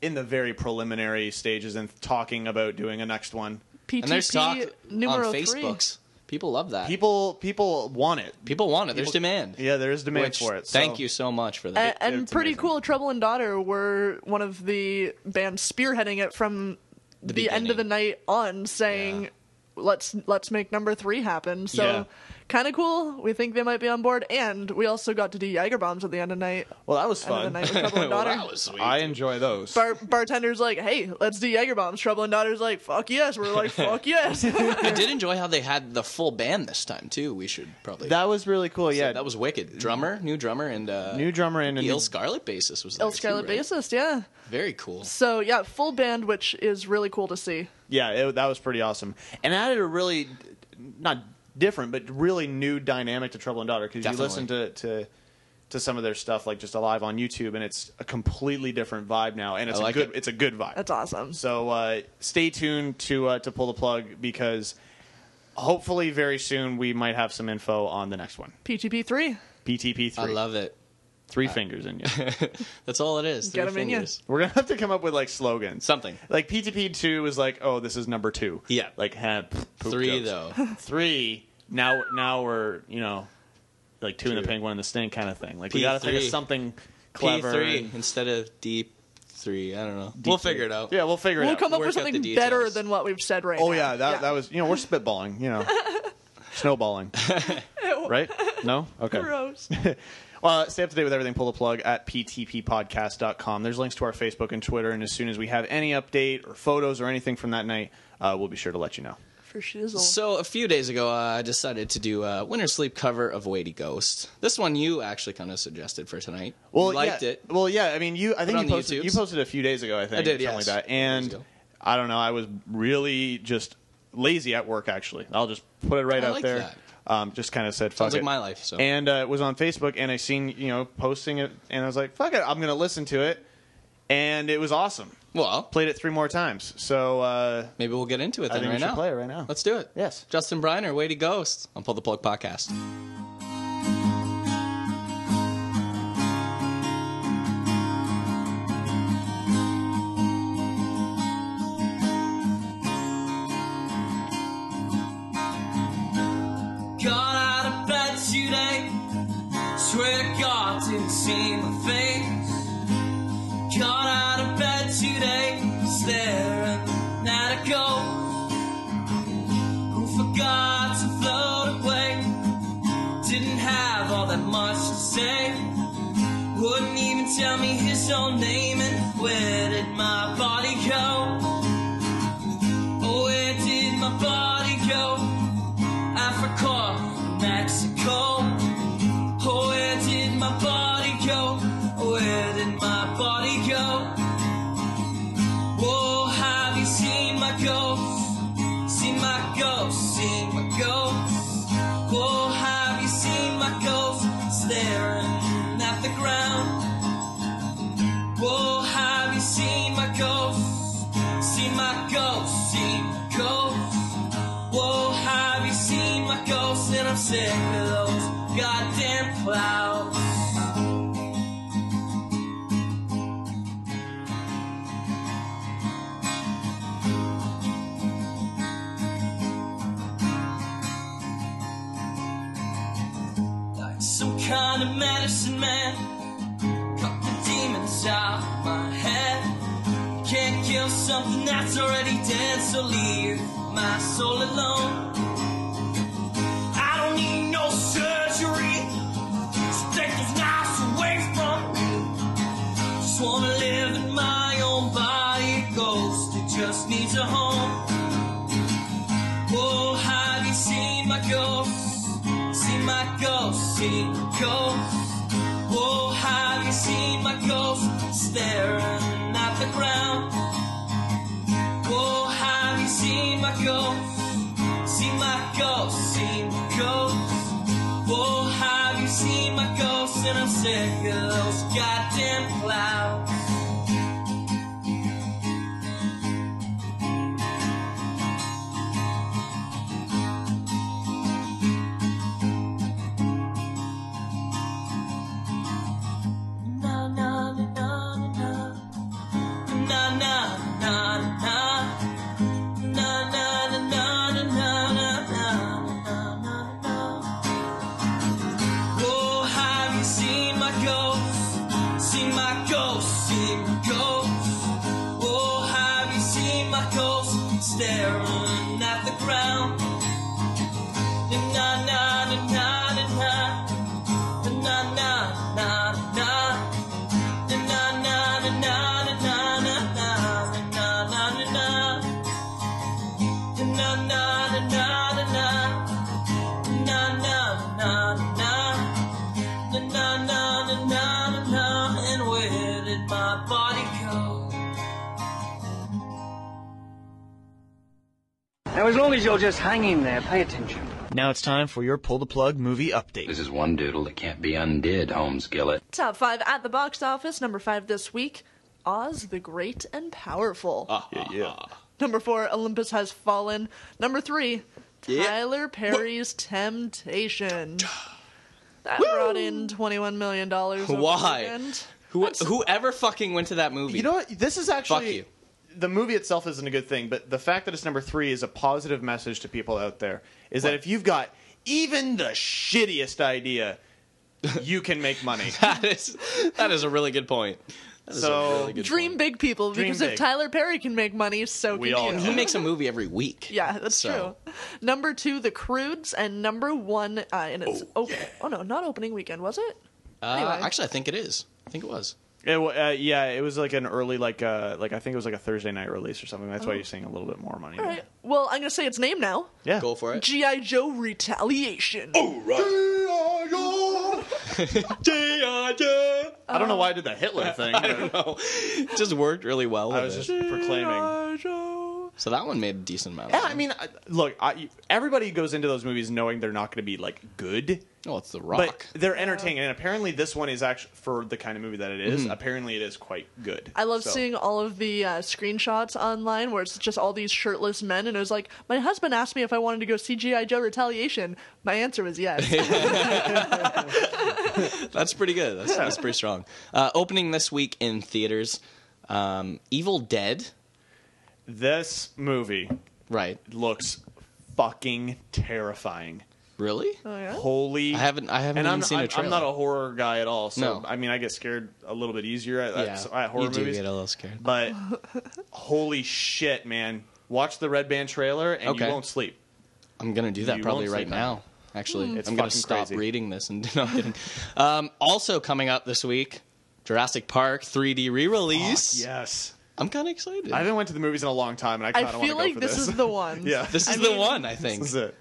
S4: in the very preliminary stages and talking about doing a next one.
S3: PTP
S5: And there's talk
S3: numero
S5: on
S3: three.
S5: Facebooks. People love that. People,
S4: People, people want it.
S5: want it. There's demand.
S4: Yeah, there is demand
S5: Which-
S4: for it. So.
S5: Thank you so much for that.
S3: And, and
S4: It's
S3: pretty
S4: amazing.
S3: cool. Trouble and Daughter were one of the bands spearheading it from the, end of the
S5: beginning.
S3: night on, saying,
S5: Yeah.
S3: "Let's let's make number three happen." So.
S4: Yeah.
S3: Kind of cool. We think they might be on board, and we also got to do Jaeger bombs at the end of night.
S4: Well, that was
S3: End of the
S4: fun.
S3: night with Trouble and
S5: Well,
S3: Daughter.
S5: that was sweet.
S4: I enjoy those.
S3: Bar- bartender's like, "Hey, let's do Jaeger bombs." Trouble and Daughter's like, "Fuck yes." We're like, "Fuck yes."
S5: I did enjoy how they had the full band this time too. We should probably
S4: That was really cool. Yeah,
S5: that was wicked. Drummer, new drummer, and uh,
S4: new drummer and a
S5: the
S4: new
S5: Il Scarlet bassist was there
S3: El Scarlet
S5: too, right?
S3: bassist, yeah.
S5: Very cool.
S3: So yeah, full band, which is really cool to see.
S4: yeah, it, that was pretty awesome. And added a really not different, but really new dynamic to Trouble and Daughter because you
S5: Definitely.
S4: listen to to to some of their stuff like just alive on YouTube, and it's a completely different vibe now, and it's
S5: I like
S4: a good
S5: it.
S4: it's a good vibe.
S3: That's awesome.
S4: So uh, stay tuned to uh, to pull the plug because hopefully very soon we might have some info on the next one.
S3: PTP three.
S4: PTP
S5: I
S4: three,
S5: love it. Uh,
S4: three fingers in you.
S5: That's all it is.
S3: Get
S5: Three
S3: 'em in ya.
S5: fingers.
S4: We're gonna have to come up with like slogans.
S5: Something.
S4: like PTP two is like, oh, this is number two.
S5: Yeah.
S4: like ha, pff, poop
S5: Three
S4: jokes.
S5: though.
S4: Three. Now, now we're you know, like two, in the pig, one in the sting kind of thing. Like we
S5: P
S4: gotta think of
S5: three.
S4: something
S5: P
S4: clever.
S5: three
S4: and-
S5: instead of D three. I don't know. We'll figure it out.
S4: Yeah, we'll figure it
S3: We'll
S4: out.
S3: come up
S5: Work
S3: with
S5: out the
S3: something
S5: details.
S3: better than what we've said right
S4: oh
S3: now.
S4: yeah, that that was you know we're spitballing. You know, snowballing. right? No. Okay.
S3: gross.
S4: Uh, stay up to date with everything. Pull the plug at ptppodcast.com. There's links to our Facebook and Twitter, and as soon as we have any update or photos or anything from that night, uh, we'll be sure to let you know.
S3: For shizzle.
S5: So a few days ago, uh, I decided to do a Winter Sleep cover of Weighty Ghost. This one you actually kind of suggested for tonight. you liked
S4: yeah,
S5: it.
S4: Well, yeah. I mean, you. I think
S5: on
S4: you
S5: the
S4: posted.
S5: YouTubes.
S4: You posted a few days ago. I think
S5: I did,
S4: something
S5: yes.
S4: like that.
S5: Few days
S4: And
S5: ago.
S4: I don't know. I was really just lazy at work. Actually, I'll just put it right
S5: I
S4: out
S5: like
S4: there.
S5: that.
S4: Um, just kind of said, "Fuck
S5: Sounds like
S4: it."
S5: my life, so.
S4: and uh, it was on Facebook, and I seen you know posting it, and I was like, "Fuck it, I'm gonna listen to it," and it was awesome.
S5: Well,
S4: Played it three more times, so uh,
S5: maybe we'll get into it
S4: I
S5: then
S4: think
S5: right
S4: we should
S5: now.
S4: play it right now.
S5: Let's do it.
S4: Yes.
S5: Justin Briner, way to ghost on Pull the Plug Podcast.
S8: Got out of bed today. Swear to God, didn't see my face. Got out of bed today, staring at a ghost who forgot to float away. Didn't have all that much to say. Wouldn't even tell me his own name and where did my body go? Oh, where did my body go? Africa, Mexico. Oh, where did my body go? Where did my body go? Whoa, have you seen my ghost? Seen my ghost, seen my ghost. Whoa, have you seen my ghost? Staring at the ground. Whoa, have you seen my ghost? Seen my ghost, seen my ghost. Whoa, have you seen my ghost? And I'm sick of those goddamn clouds. Like some kind of medicine man. Cut the demons out my head. Can't kill something that's already dead, so leave my soul alone. I don't need no surgery. Just take those knives away from me. Just wanna live in my own body. A ghost, it just needs a home. Whoa, have you seen my ghost? Seen my ghost, seen my ghost. Whoa, Oh, have you seen my ghost staring at the ground? Whoa, have you seen my ghost? Seen my ghost, seen my ghost. Whoa, have you seen my ghost? And I'm sick of those goddamn clouds. Na na na na na na na na na na na na na na na na na na Oh, have you seen my ghost? Seen my ghost? Seen my ghost? Oh, have you seen my ghost staring at the ground? Na na na na na na. Body go.
S9: Now, as long as you're just hanging there, pay attention.
S4: Now it's time for your pull the plug movie update.
S10: This is one doodle that can't be undid, Holmes Gillett.
S3: Top five at the box office. Number five this week Oz the Great and Powerful.
S4: Yeah, yeah.
S3: Number four Olympus Has Fallen. Number three Tyler Perry's Temptation. That brought in $21 million. Over
S5: Why?
S3: The weekend.
S5: Who, whoever fucking went to that movie.
S4: You know what? This is actually
S5: Fuck you.
S4: the movie itself isn't a good thing, but the fact that it's number three is a positive message to people out there. Is that if you've got even the shittiest idea, you can make money.
S5: that is that is a really good point. That is
S4: So-
S5: a really good
S3: Dream
S5: point.
S3: big, people,
S4: Dream
S3: because
S4: big.
S3: if Tyler Perry can make money, so
S4: We
S3: can
S4: all
S3: you.
S4: can.
S5: He makes a movie every week.
S3: Yeah, that's
S5: So-
S3: true. Number two, The Crudes, and number one uh, in its oh, oh no, not opening weekend, was it?
S5: Uh,
S3: Anyway.
S5: Actually, I think it is. I think it was.
S4: It, wa- uh, yeah, it was like an early, like uh, like I think it was like a Thursday night release or something. That's
S5: Oh.
S4: why you're seeing a little bit more money.
S3: All right. Well, I'm gonna say its name now.
S4: Yeah,
S5: Go for it.
S3: GI Joe Retaliation.
S4: I
S5: Oh.
S4: don't know why I did the Hitler thing. but
S5: Just worked really well.
S4: I
S5: with
S4: was
S5: it.
S4: just proclaiming.
S3: G.I. Joe.
S5: So that one made a decent amount.
S4: Yeah, I mean, I- look, I, everybody goes into those movies knowing they're not going to be like good,
S5: oh, it's The Rock.
S4: but they're entertaining. And apparently, this one is actually for the kind of movie that it is,
S5: Mm-hmm.
S4: Apparently, it is quite good.
S3: I love
S4: So-
S3: seeing all of the uh, screenshots online where it's just all these shirtless men, and it was like, my husband asked me if I wanted to go see G.I. Joe Retaliation. My answer was yes.
S5: That's pretty good. That's, that's pretty strong. Uh, opening this week in theaters, um, Evil Dead.
S4: this movie
S5: Right.
S4: looks fucking terrifying.
S5: Really?
S3: oh, yeah?
S4: Holy!
S5: I haven't- I haven't
S4: and
S5: even
S4: I'm,
S5: seen a
S4: I'm, I'm not a
S5: trailer.
S4: horror guy at all, so
S5: No.
S4: I mean, I get scared a little bit easier at,
S5: yeah.
S4: at, at horror
S5: you do
S4: movies.
S5: get a little scared.
S4: but holy shit, man! Watch the Red Band trailer, and
S5: Okay.
S4: you won't sleep.
S5: I'm gonna do that
S4: You
S5: probably
S4: won't
S5: right
S4: sleep on
S5: now. Actually,
S4: Hmm. It's
S5: I'm gonna
S4: fucking
S5: stop
S4: crazy.
S5: reading this and no, I'm kidding. Um, also coming up this week, Jurassic Park 3D re-release.
S4: Yes.
S5: I'm kind of excited.
S4: I haven't went to the movies in a long time, and I
S3: I
S4: kind of want to
S3: feel
S4: go
S3: like
S4: for
S3: this,
S4: this.
S3: is the one.
S4: yeah,
S5: this is
S3: I
S5: the
S3: mean-
S5: one I think.
S4: is it.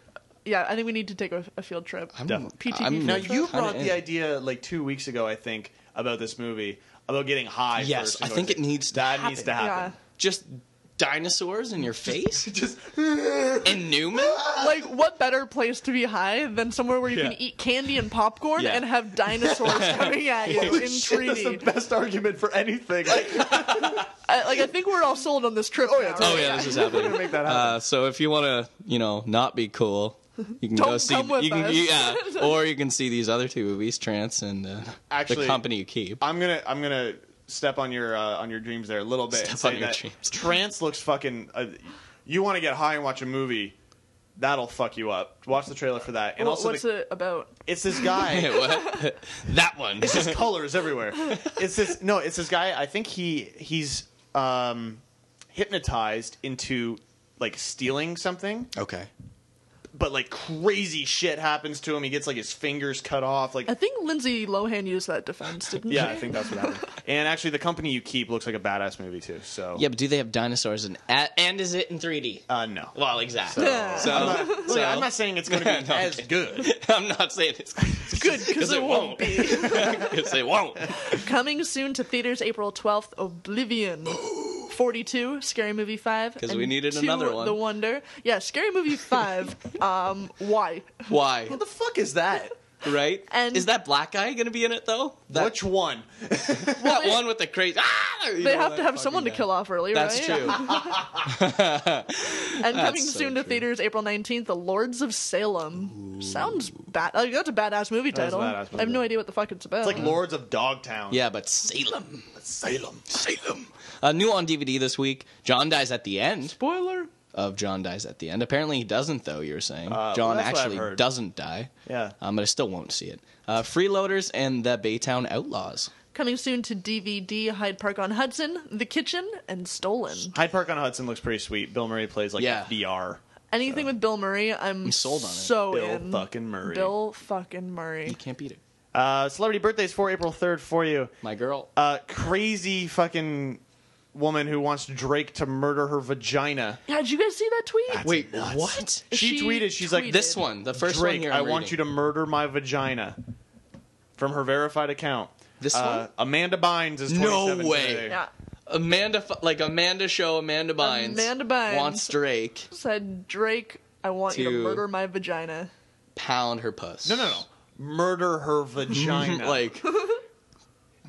S3: Yeah, I think we need to take a, a field trip.
S5: I'm,
S4: Definitely.
S5: I'm
S3: PTV
S4: Now
S3: That's
S4: you
S3: right.
S4: brought
S5: kinda
S4: the
S5: in.
S4: idea like two weeks ago, I think, about this movie about getting high.
S5: Yes,
S4: first
S5: I
S4: and
S5: think
S4: going
S5: it
S4: to-
S5: needs to
S4: that
S5: happen.
S4: needs to happen.
S5: Just dinosaurs in your face. Just and Newman.
S3: Like, what better place to be high than somewhere where you
S4: Yeah.
S3: can eat candy and popcorn
S5: Yeah.
S3: and have dinosaurs coming at you in
S4: Shit, that's the
S3: 3D?
S4: best argument for anything. Like,
S3: I, like, I think we're all sold on this trip. Oh, yeah,
S5: Oh yeah, this is happening.
S4: make that happen.
S5: Uh, so if you want to, you know, not be cool, you can
S3: Don't
S5: go see.
S3: come with
S5: you can,
S3: us.
S5: yeah, or you can see these other two movies, Trance and uh,
S4: Actually-
S5: the company you keep.
S4: I'm gonna I'm gonna step on your uh, on your dreams there a little bit. and
S5: Step on
S4: say
S5: your
S4: that
S5: dreams.
S4: Trance looks fucking. Uh, you want to get high and watch a movie. That'll fuck you up. Watch the trailer for that. And
S3: Wha-
S4: also,
S3: what's
S4: the-
S3: it about?
S4: it's this guy.
S5: Hey, what? that one.
S4: it's just colors everywhere. It's this no, it's this guy. I think he he's um, hypnotized into like stealing something,
S5: okay.
S4: but like crazy shit happens to him. He gets like his fingers cut off. Like
S3: I think Lindsay Lohan used that defense, didn't
S4: yeah,
S3: she?
S4: I think that's what happened. And actually, the company you keep looks like a badass movie too. So
S5: Yeah, but do they have dinosaurs in? a and is it in 3D?
S4: uh, no.
S5: well, exactly.
S3: Yeah.
S5: So,
S4: Look, I'm not saying it's going to be
S5: No, I'm
S4: as good.
S5: I'm not saying it's
S3: It's good because it, won't be.
S5: because it won't.
S3: Coming soon to theaters April 12th, Oblivion. 42, Scary Movie 5.
S5: 'Cause
S3: and
S5: we needed
S3: two,
S5: another one.
S3: The Wonder. Yeah, Scary Movie 5. um, why?
S5: Why?
S4: What the fuck is that?
S5: Right?
S3: And-
S5: is that black guy gonna be in it though? That,
S4: Which one?
S5: that one with the crazy. Ah! You
S3: They
S5: know,
S3: have to
S5: that
S3: have someone to
S5: fucking
S3: kill off early,
S5: guy. That's
S3: right?
S5: true. ah!
S3: And coming
S5: so
S3: soon to
S5: true.
S3: theaters April 19th, The Lords of Salem. Sounds bad. Like, that's a badass movie
S4: That is a
S3: title.
S4: badass
S3: I have no
S4: movie.
S3: idea what the fuck it's about.
S4: It's like Lords of Dogtown.
S5: yeah, but Salem.
S4: Salem.
S5: Salem. Uh, new on DVD this week. John dies at the end
S3: Spoiler.
S5: of John dies at the end. Apparently he doesn't though. You were saying
S4: well,
S5: John
S4: that's what I've
S5: actually
S4: heard.
S5: doesn't die.
S4: Yeah.
S5: Um, but I still won't see it. Uh, Freeloaders and the Baytown Outlaws.
S3: Coming soon to DVD, Hyde Park on Hudson, The Kitchen, and Stolen.
S4: Hyde Park on Hudson looks pretty sweet. Bill Murray plays like
S5: Yeah.
S4: VR.
S3: Anything with Bill Murray, I'm,
S5: sold on it.
S3: So
S4: Bill
S3: in.
S4: fucking Murray.
S3: Bill fucking Murray.
S5: You can't beat it.
S4: Uh, celebrity birthdays for April 3rd for you.
S5: My girl.
S4: Uh, crazy fucking woman who wants Drake to murder her vagina.
S3: Yeah, did you guys see that tweet?
S5: Wait, what?
S4: She,
S3: She
S4: tweeted, she's
S3: tweeted.
S4: like,
S5: This one, the first
S4: Drake,
S5: one here.
S4: I
S5: I'm
S4: want you
S5: reading.
S4: to murder my vagina. From her verified account.
S5: This
S4: Uh, Amanda Bynes is
S5: No
S4: 27
S5: way.
S4: today.
S3: Yeah.
S5: Amanda, F- like Amanda Show, Amanda Bynes.
S3: Amanda Bynes.
S5: wants Drake
S3: Said Drake, I want you to
S5: To-
S3: murder my vagina.
S5: pound her puss.
S4: No, no, no. Murder her vagina.
S5: Like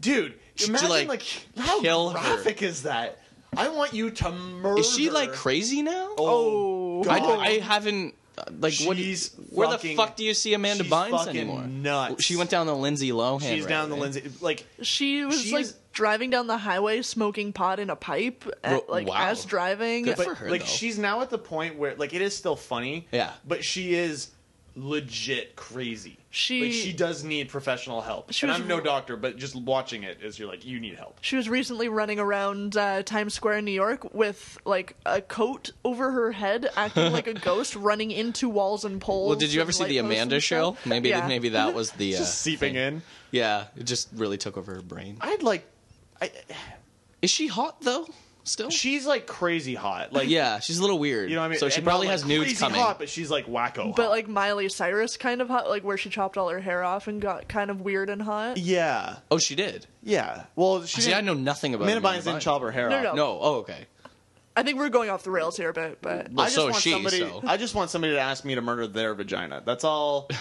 S4: dude, imagine
S5: like,
S4: like, how
S5: kill her.
S4: graphic is that? I want you to murder.
S5: is she like crazy now?
S4: Oh,
S5: I,
S4: God.
S5: I haven't. uh, Like what? do you-
S4: She's
S5: where
S4: fucking-
S5: the fuck do you see Amanda
S4: she's
S5: Bynes
S4: fucking
S5: anymore?
S4: nuts.
S5: She went down the Lindsay Lohan.
S4: She's
S5: route,
S4: down the
S5: right?
S4: Lindsay. Like
S3: She was
S4: She's-
S3: like driving down the highway smoking pot in a pipe, at,
S5: Ro-
S3: like
S5: wow.
S3: as driving.
S5: Good
S4: but
S5: for her,
S4: like
S5: though.
S4: she's now at the point where like it is still funny.
S5: Yeah.
S4: But she is legit crazy.
S3: She-
S4: like, she does need professional help.
S3: She
S4: and
S3: was-
S4: I'm no doctor, but just watching it is you're like you need help.
S3: She was recently running around uh, Times Square in New York with like a coat over her head, acting like a ghost, running into walls and poles.
S5: Well, did you
S3: and
S5: ever see
S3: light
S5: the
S3: posts
S5: Amanda
S3: and
S5: Show?
S3: stuff.
S5: Maybe
S3: Yeah.
S5: maybe that was the uh,
S4: Just seeping in.
S5: Yeah, it just really took over her brain.
S4: I'd like. I,
S5: Is she hot though? Still?
S4: she's like crazy hot. Like
S5: yeah, she's a little weird.
S4: You know what I mean?
S5: So she
S4: And not,
S5: probably
S4: like,
S5: has nudes
S4: crazy
S5: coming.
S4: Hot, but she's like wacko.
S3: But
S4: hot.
S3: like Miley Cyrus, kind of hot, like where she chopped all her hair off and got kind of weird and hot.
S4: yeah,
S5: oh, she did.
S4: yeah. Well, she
S5: See,
S4: didn't-
S5: I know nothing about
S4: Amanda
S5: Amanda
S4: Bynes didn't
S5: Bynes.
S4: chop her hair
S3: No,
S4: off.
S3: no.
S5: No. Oh, okay.
S3: I think we're going off the rails here a bit, but
S5: Well,
S4: I just
S5: so
S4: want
S5: is she,
S4: somebody.
S5: so.
S4: I just want somebody to ask me to murder their vagina. That's all.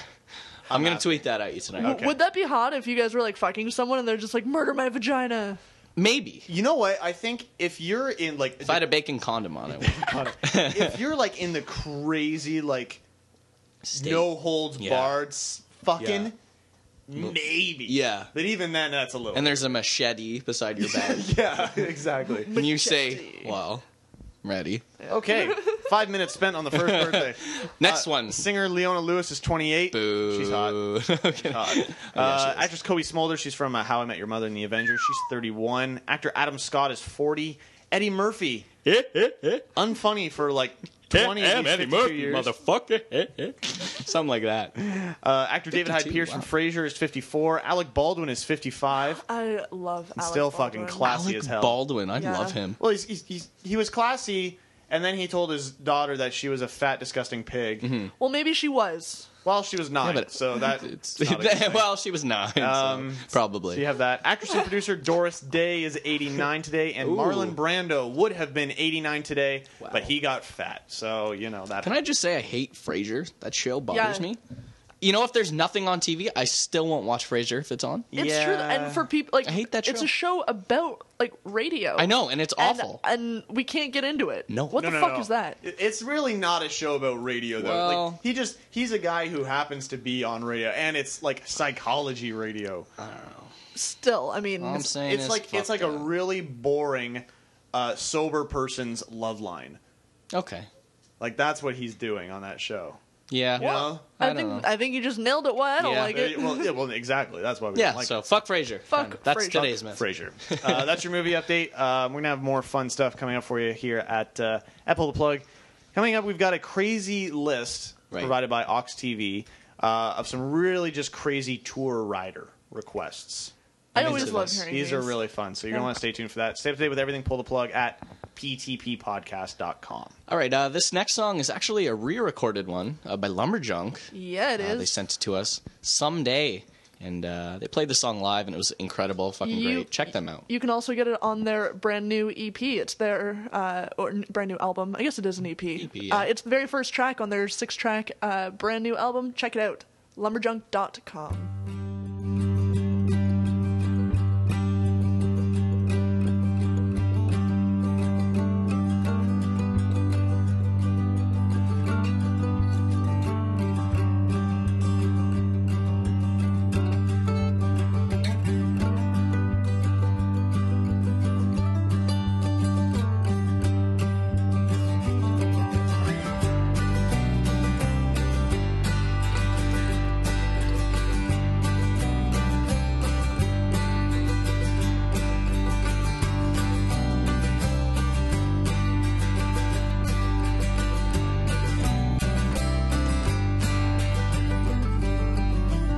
S4: Uh,
S5: I'm gonna tweet that at you tonight.
S4: Okay.
S3: would that be hot if you guys were like fucking someone and they're just like murder my vagina?
S5: Maybe
S4: You know what? I think if you're in like
S5: if I had a bacon condom on it,
S4: if you're like in the crazy like
S5: State.
S4: no holds barred
S5: Yeah.
S4: barred s- fucking
S5: Yeah.
S4: maybe
S5: Yeah.
S4: but even then that's a little
S5: and there's a machete beside your bed,
S4: yeah exactly
S5: and you say, "Well, I'm ready."
S4: okay five minutes spent on the first birthday
S5: Next
S4: Uh,
S5: one.
S4: singer Leona Lewis is 28
S5: Boo.
S4: she's hot
S5: I'm kidding.
S4: hot.
S5: yeah,
S4: Uh,
S5: she is.
S4: actress Kobe Smolder, she's from uh, How I Met Your Mother and The Avengers. She's 31. Actor Adam Scott is 40. Eddie Murphy, unfunny for like 20 of these 52 years.
S5: motherfucker. Something like that.
S4: Uh, actor David Hyde
S5: 52,
S4: Pierce
S5: wow.
S4: from Frasier is 54. Alec Baldwin is 55.
S3: I love Alec
S4: Still fucking
S3: Baldwin.
S4: clap. Classy
S5: Alec
S4: as hell.
S5: Baldwin. I
S3: Yeah.
S5: love him.
S4: Well, he's, he's, he's, he was classy, and then he told his daughter that she was a fat, disgusting pig.
S5: Mm-hmm.
S3: Well, maybe she was.
S4: Well, she was nine,
S5: Yeah, but-
S4: so that
S5: It's,
S4: not a good thing.
S5: well, she was nine, so
S4: Um,
S5: probably.
S4: So you have that. Actress and producer Doris Day is 89 today, and
S5: Ooh.
S4: Marlon Brando would have been 89 today,
S5: Wow.
S4: but he got fat. So, you know, that.
S5: Can I just say I hate Frasier? That show bothers
S3: Yeah.
S5: me. You know, if there's nothing on TV, I still won't watch Frasier if it's on.
S3: It's true, and for people like
S5: I hate that
S3: It's
S5: show.
S3: a show about like radio.
S5: I know, and it's
S3: and,
S5: awful.
S3: and we can't get into it.
S5: No.
S3: what
S4: No,
S3: the
S4: no,
S3: fuck
S4: no.
S3: is that?
S4: It- It's really not a show about radio, though.
S5: Well-
S4: like, he just, he's a guy who happens to be on radio, and it's like psychology radio.
S3: Still, I mean,
S5: All I'm
S3: it's-
S5: saying
S4: It's
S5: is
S4: like,
S5: fuck
S4: it's like a
S5: that.
S4: really boring, uh, sober person's love line.
S5: okay.
S4: Like, that's what he's doing on that show.
S5: Yeah.
S4: You know?
S5: I
S3: I,
S5: don't
S3: think
S5: know.
S3: I think you just nailed it. Why I don't
S5: Yeah.
S3: like
S4: Uh,
S3: it.
S4: Well, yeah, well, exactly. That's why we
S5: yeah.
S4: don't like
S5: so
S4: it.
S5: fuck Frasier.
S3: Fuck
S5: Kinda. That's
S3: Frasier.
S5: today's message.
S4: Frazier. Uh, that's your movie update. Um, we're gonna have more fun stuff coming up for you here at uh, Apple the Plug. Coming up, we've got a crazy list
S5: Right.
S4: provided by Ox TV uh, of some really just crazy tour rider requests.
S3: I always
S5: These
S3: love hearing
S4: These
S3: these.
S4: are really fun, so you're gonna want to stay tuned for that. Stay up to date with everything. Pull the plug at ptppodcast.com.
S5: All right. Uh, this next song is actually a re-recorded one uh, by Lumberjunk.
S3: yeah, it
S5: Uh,
S3: is.
S5: they sent it to us someday, and uh, they played the song live, and it was incredible, fucking
S3: You-
S5: great. Check them out.
S3: You can also get it on their brand new EP. It's their uh, or n- brand new album. I guess it is an EP.
S5: E yeah.
S3: uh, it's the very first track on their six track uh, brand new album. Check it out. Lumberjunk.com.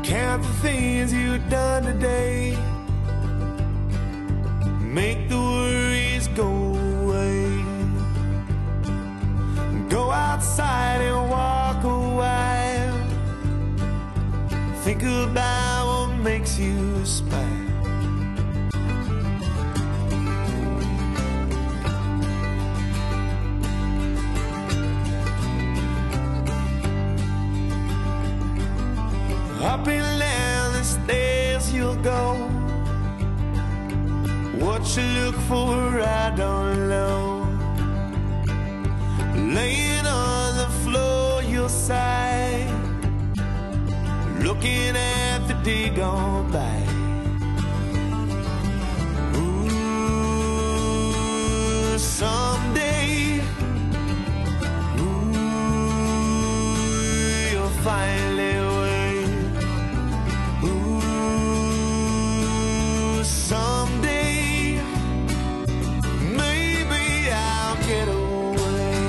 S11: Count the things you've done today. Make the worries go away. Go outside and walk a while. Think about what makes you smile. Up and down the stairs you'll go. What you look for, I don't know. Laying on the floor, you'll sigh. Looking at the day gone by. Ooh, someday. Ooh, you'll find a way. Ooh, someday maybe I'll get away.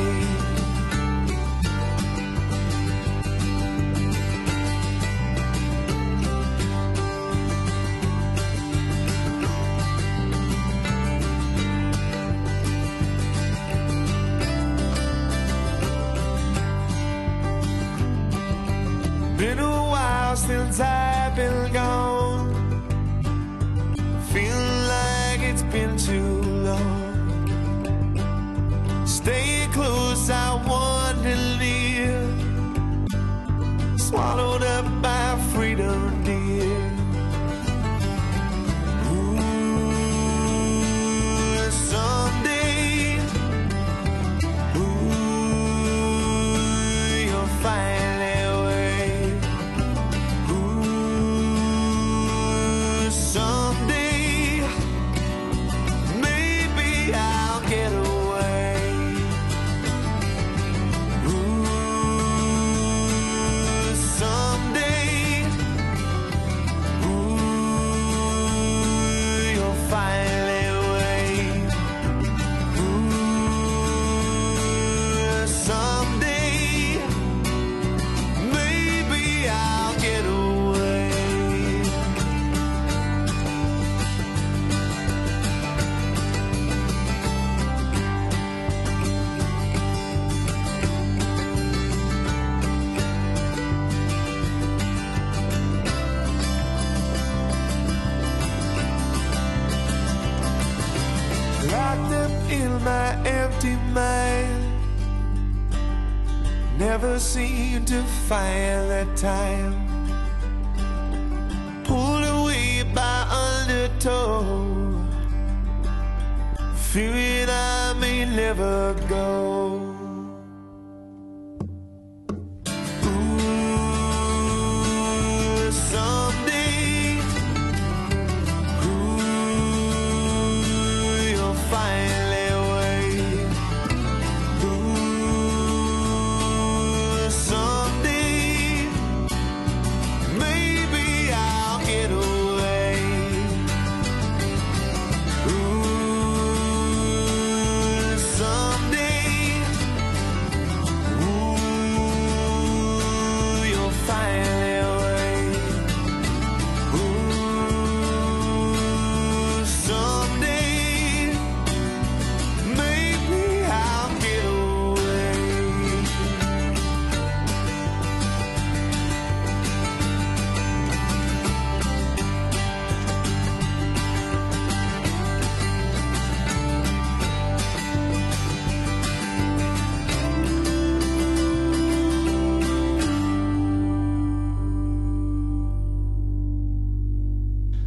S11: Been a while since I've been gone. Feel like it's been too long. Locked up in my empty mind. Never seem to find the time. Pulled away by undertow. Fearing I may never go. Ooh, someday. Ooh, you'll find a way. Ooh, someday. Maybe I'll get away. Ooh, someday. Ooh, you'll find a way. Ooh, someday. Maybe I'll get away.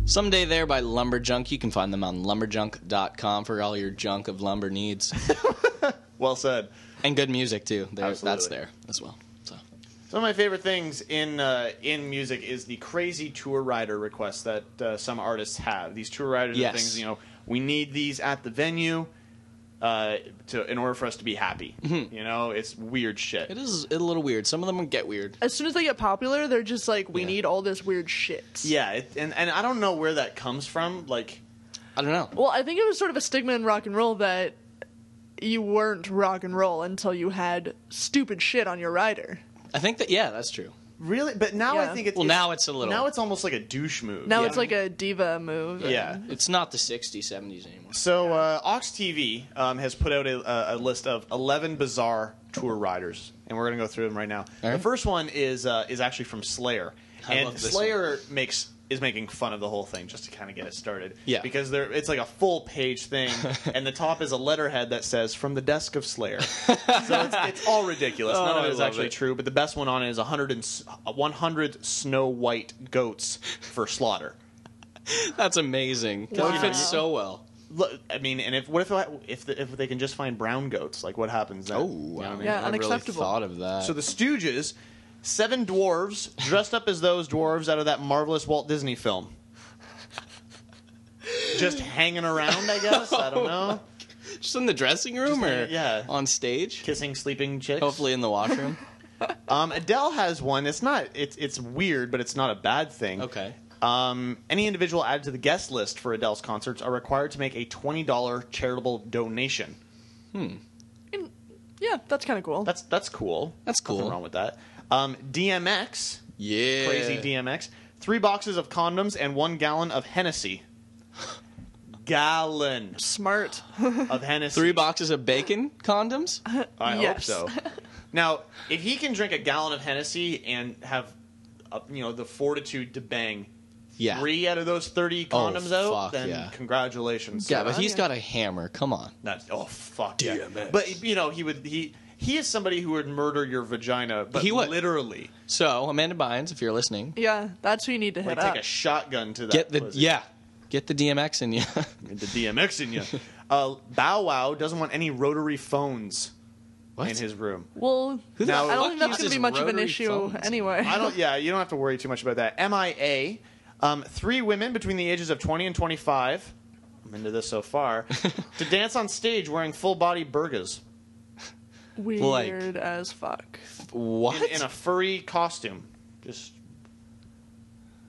S5: Someday there by Lumberjunk. You can find them on lumberjunk.com for all your junk of lumber needs.
S4: Well said.
S5: and good music, too. There, that's
S4: Absolutely.
S5: there as well. So
S4: Some of my favorite things in uh, in music is the crazy tour rider requests that uh, some artists have. These tour riders
S5: Yes.
S4: are things you know we need these at the venue uh, to in order for us to be happy. You know, it's weird shit.
S5: Mm-hmm. It is a little weird. Some of them get weird.
S3: As soon as they get popular, they're just like, we
S5: Yeah.
S3: need all this weird shit.
S4: Yeah, it, and and I don't know where that comes from. Like,
S5: I don't know.
S3: Well, I think it was sort of a stigma in rock and roll that you weren't rock and roll until you had stupid shit on your rider.
S5: I think that, yeah, that's true.
S4: really, but now
S3: Yeah.
S4: I think it's
S5: Well, now it's a little-
S4: now it's almost like a douche move.
S3: Now
S4: Yeah.
S3: it's like a diva move.
S4: yeah.
S5: It's not the 60s, 70s anymore.
S4: So uh, Ox TV um, has put out a, a- a list of 11 bizarre tour riders, and we're going to go through them right now.
S5: All right.
S4: The first one is uh, is actually from Slayer,
S5: I
S4: and
S5: love this
S4: Slayer makes is making fun of the whole thing just to kind of get it started.
S5: Yeah.
S4: because they're, it's like a full page thing, and the top is a letterhead that says "From the desk of Slayer." so it's, it's all ridiculous.
S5: Oh,
S4: None of
S5: I
S4: it is
S5: love
S4: actually
S5: it.
S4: true, but the best one on it is 100 and, s- 100 snow white goats for slaughter.
S5: That's amazing. 'cause
S3: Wow.
S5: It fits so well.
S4: Look, I mean, and if what if I, if the, if they can just find brown goats, like what happens then?
S5: Oh,
S4: You know what I mean?
S3: Yeah,
S5: I really
S3: unacceptable.
S5: thought of that.
S4: So the Stooges, seven dwarves dressed up as those dwarves out of that marvelous Walt Disney film, just hanging around. I guess I don't know,
S5: Oh just in the dressing room
S4: Just in-
S5: or
S4: yeah.
S5: on stage?
S4: kissing sleeping chicks.
S5: Hopefully in the washroom.
S4: um, Adele has one. It's not. It's it's weird, but it's not a bad thing.
S5: Okay.
S4: Um, any individual added to the guest list for Adele's concerts are required to make a twenty dollar charitable donation.
S5: Hmm.
S3: And- yeah, that's kind of cool.
S4: That's that's cool.
S5: That's
S4: Nothing
S5: cool.
S4: wrong with that. Um, DMX,
S5: Yeah.
S4: crazy DMX, three boxes of condoms and one gallon of Hennessy. Gallon
S3: Smart.
S4: of Hennessy.
S5: Three boxes of bacon condoms?
S4: I
S3: Yes.
S4: hope so. Now, if he can drink a gallon of Hennessy and have, uh, you know, the fortitude to bang
S5: Yeah.
S4: three out of those thirty
S5: Oh,
S4: condoms out,
S5: fuck,
S4: then
S5: yeah.
S4: congratulations.
S5: Yeah, but he's
S3: yeah.
S5: got a hammer. Come on.
S4: That's oh fuck yeah. But you know, he would he he is somebody who would murder your vagina, but
S5: He would.
S4: literally
S5: So, Amanda Bynes, if you're listening,
S3: yeah, that's who you need to hit
S4: like
S3: up.
S4: take a shotgun to that.
S5: get the
S4: pussy.
S5: yeah, get the DMX in you.
S4: the DMX in you. Uh, Bow Wow doesn't want any rotary phones
S5: what?
S4: in his room.
S3: well,
S5: the
S3: I
S4: fuck
S3: don't think that's going
S5: uses
S3: to be much of an
S5: rotary
S3: issue
S5: phones?
S3: anyway.
S4: I don't. Yeah, you don't have to worry too much about that. MIA, um, three women between the ages of 20 and 25. I'm into this so far. to dance on stage wearing full body burgas
S3: Weird
S5: Like-
S3: as fuck.
S5: what?
S4: in, in a furry costume. Just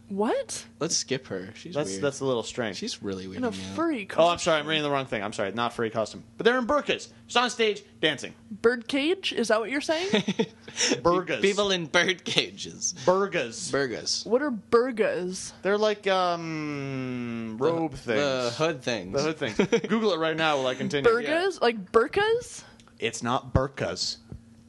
S3: What?
S5: Let's skip her. She's
S4: that's
S5: weird.
S4: that's a little strange.
S5: She's really weird.
S3: In a
S5: yeah.
S3: furry
S4: Oh, I'm sorry. I'm reading the wrong thing. I'm sorry. Not furry costume. But they're in burkas. Just on stage, dancing.
S3: bird cage? Is that what you're saying?
S4: Burgas.
S5: People in bird cages.
S4: burgas.
S5: Burgas.
S3: what are burgas?
S4: They're like um robe things.
S5: The hood things.
S4: The hood things. Google it right now while I continue.
S3: Burgas? Like burkas?
S4: It's not burkas.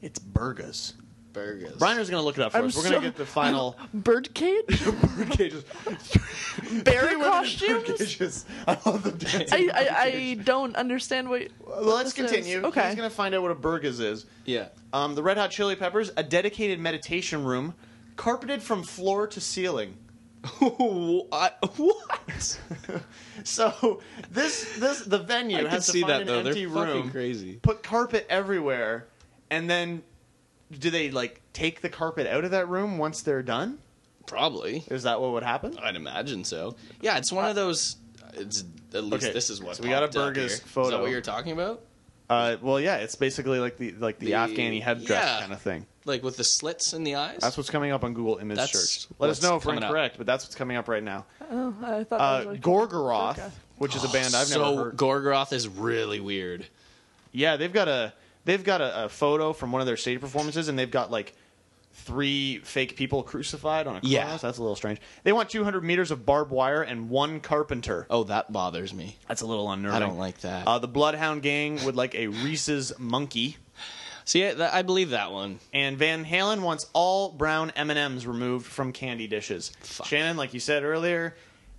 S4: It's burgas.
S5: burgers.
S4: Brian's gonna look it up for
S3: I'm
S4: us. We're gonna
S3: so-
S4: get the final
S3: Birdcage?
S4: bird cages.
S3: Bear
S4: Three women in bird
S3: costumes?
S4: cages. I love them
S3: I,
S4: dancing.
S3: I, I don't understand what.
S4: Well, let's
S3: this is.
S4: continue.
S3: Okay.
S4: He's gonna find out what a burgas is.
S5: Yeah.
S4: Um, the Red Hot Chili Peppers, a dedicated meditation room, carpeted from floor to ceiling.
S5: I- what?
S4: So this this the venue
S5: I can
S4: has to
S5: see
S4: find
S5: that
S4: an
S5: though.
S4: empty
S5: They're fucking
S4: room,
S5: crazy.
S4: put carpet everywhere, and then do they like take the carpet out of that room once they're done?
S5: Probably.
S4: Is that what would happen? Uh,
S5: I'd imagine so. Yeah, it's one of those. It's at least
S4: Okay,
S5: this is what
S4: so we got a
S5: popped up
S4: burgers
S5: here. Is
S4: photo.
S5: that what you're talking about?
S4: Uh, well, yeah, it's basically like the like the,
S5: The-
S4: Afghani headdress
S5: yeah.
S4: kind of thing.
S5: Like with the slits in the eyes?
S4: That's what's coming up on Google Image
S5: That's
S4: Search. Let us
S5: what's
S4: know if we're
S5: coming up.
S4: incorrect, but that's what's coming up right now.
S3: Oh, I thought
S4: Uh,
S3: that was like-
S4: Gorgoroth,
S3: Okay.
S4: which is a band I've
S5: so
S4: never heard.
S5: Gorgoroth is really weird.
S4: yeah, they've got a they've got a, a photo from one of their stage performances, and they've got like three fake people crucified on a cross.
S5: Yeah.
S4: That's a little strange. They want 200 meters of barbed wire and one carpenter.
S5: Oh, that bothers me.
S4: That's a little unnerving.
S5: I don't like that.
S4: Uh, the Bloodhound Gang would like a Reese's monkey,
S5: See, I, that, I believe that one.
S4: and Van Halen wants all brown M and M's removed from candy dishes. Shannon, like you said earlier,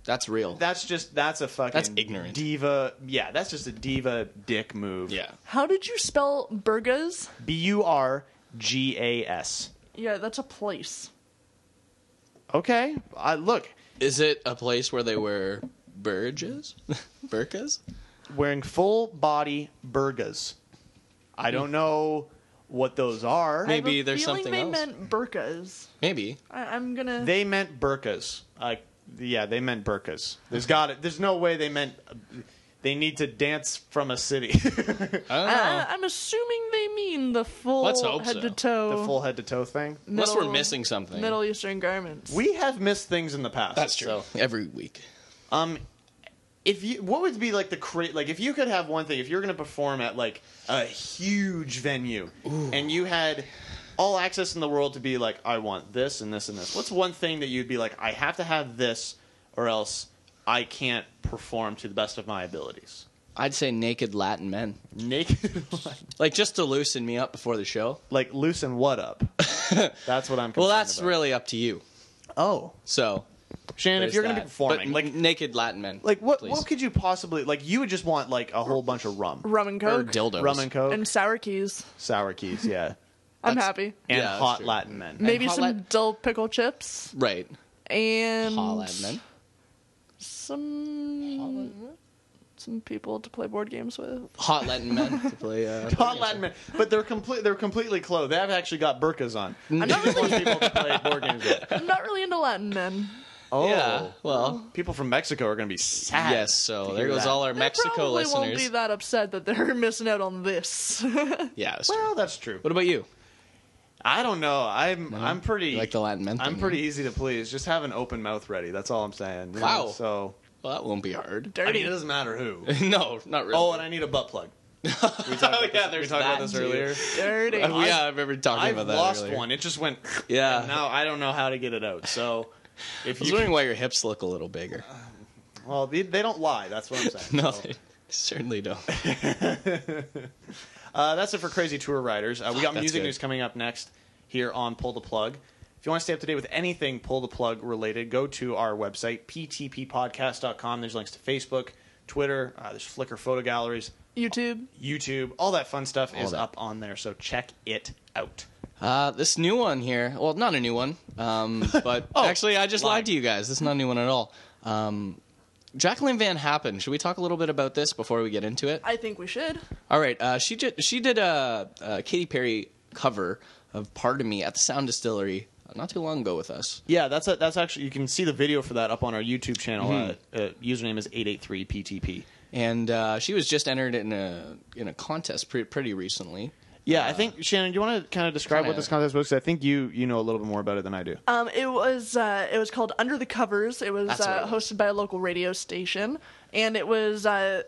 S5: That's real.
S4: that's just that's a fucking
S5: That's ignorant.
S4: diva. Yeah, that's just a diva dick move.
S5: yeah.
S3: How did you spell burgas?
S4: B U R G A S.
S3: Yeah, that's a place.
S4: Okay. I look
S5: Is it a place where they wear burges? Burkas?
S4: wearing full body burgas. I don't know what those are.
S3: I have
S5: Maybe
S3: a
S5: there's
S3: feeling
S5: something
S3: they
S5: else.
S3: meant burkas.
S5: Maybe.
S3: I, I'm gonna.
S4: They meant burkas. Uh, yeah, they meant burkas. There's got it. There's no way they meant. They need to dance from a city. the
S5: I don't know.
S3: I, I'm assuming they mean the Uh, full
S5: Let's hope
S3: head to
S5: so.
S3: toe.
S4: full head to toe thing.
S5: Unless
S3: middle-
S5: we're missing something.
S3: Middle Eastern garments.
S4: We have missed things in the past.
S5: That's true.
S4: so,
S5: Every week.
S4: um, if you, what would be like the cra- like if you could have one thing, if you're going to perform at like a huge venue and you had all access in the world to be like, I want this and this and this. What's one thing that you'd be like, I have to have this, or else I can't perform to the best of my abilities.
S5: I'd say naked Latin men.
S4: Naked.
S5: Like just to loosen me up before the show.
S4: like loosen what up? that's what I'm.
S5: Well,
S4: concerned
S5: that's
S4: about.
S5: really up to you.
S4: Oh,
S5: So,
S4: Shannon,
S5: there's
S4: if you're going to
S5: that.
S4: be performing,
S5: But
S4: like,
S5: n- naked Latin men.
S4: like what,
S5: please.
S4: what could you possibly like? You would just want like a whole bunch of rum,
S3: Rum and
S5: or
S3: coke.
S5: dildos.
S4: rum and coke,
S3: And sour keys.
S4: sour keys, yeah,
S3: I'm
S5: That's-
S3: happy.
S4: and
S5: Yeah, that's
S4: hot
S5: true.
S4: Latin men.
S3: Maybe
S5: hot
S3: some
S5: lad-
S3: dill pickle chips
S5: Right.
S3: and
S5: Paw Latin men.
S3: some some people to play board games with.
S5: Hot Latin men to play. Uh,
S4: Hot Latin men, but they're complete. They're completely clothed. They have actually got burkas on.
S3: I'm not
S4: Want
S3: really,
S4: people to play board games with.
S3: I'm not really into Latin men.
S4: Oh,
S5: Yeah. Well.
S4: people from Mexico are going to be sad.
S5: Yes. So
S4: to
S5: there
S4: hear
S5: goes
S4: that.
S5: all our
S3: they
S5: Mexico
S3: probably won't be
S5: listeners.
S3: that upset that they're missing out on this.
S5: Yeah. that's true.
S4: Well, that's true.
S5: What about you?
S4: I don't know. I'm I'm pretty
S5: You like the Latin men.
S4: I'm
S5: thing, eh?
S4: pretty
S5: huh?
S4: easy to please. Just have an open mouth ready. That's all I'm saying. you know?
S5: Wow.
S4: So
S5: Well, that won't be hard.
S4: I mean,
S3: Dirty.
S4: it doesn't matter who.
S5: no, not really.
S4: Oh, and I need a butt plug. We talked about
S5: Oh, yeah,
S4: this, we
S5: there's
S4: talked about
S5: that
S4: this
S5: too.
S4: earlier. Uh,
S3: dirty.
S5: Oh, yeah, I remember talking
S4: I've
S5: about that.
S4: lost
S5: earlier.
S4: one. It just went.
S5: Yeah.
S4: and now I don't know how to get it out. So if
S5: I was
S4: you,
S5: wondering why your hips look a little bigger.
S4: Uh, well, they, they don't lie. That's what I'm saying.
S5: No,
S4: So,
S5: they certainly don't.
S4: uh, that's it for crazy tour riders. Uh, we got
S5: That's
S4: music
S5: good.
S4: news coming up next here on Pull the Plug. If you want to stay up to date with anything Pull the Plug related, go to our website ptppodcast.com. There's links to Facebook, Twitter. Uh, there's Flickr photo galleries,
S3: YouTube.
S4: YouTube. All that fun stuff is
S5: that.
S4: up on there. So check it out.
S5: Uh, this new one here, well, not a new one, um, but
S3: Oh,
S5: actually, I just
S4: lying.
S5: lied to you guys. This is not a new one at all. Um, Jacqueline Van Happen. Should we talk a little bit about this before we get into it?
S3: I think we should.
S5: All right. Uh, she did. She did a, a Katy Perry cover of "Pardon Me" at the Sound Distillery not too long ago with us.
S4: Yeah, that's a, that's actually you can see the video for that up on our YouTube channel.
S5: Mm-hmm.
S4: Uh, uh, username is eight eight three PTP.
S5: and uh, she was just entered in a in a contest pre- pretty recently.
S4: Yeah, I think Shannon, do you want to kind of describe
S5: Uh,
S4: what
S5: kinda-
S4: this contest was? 'Cause I think you you know a little bit more about it than I do.
S3: Um, it was uh, it was called Under the Covers. It was,
S5: That's what
S3: uh,
S5: it was.
S3: hosted by a local radio station, and it was uh,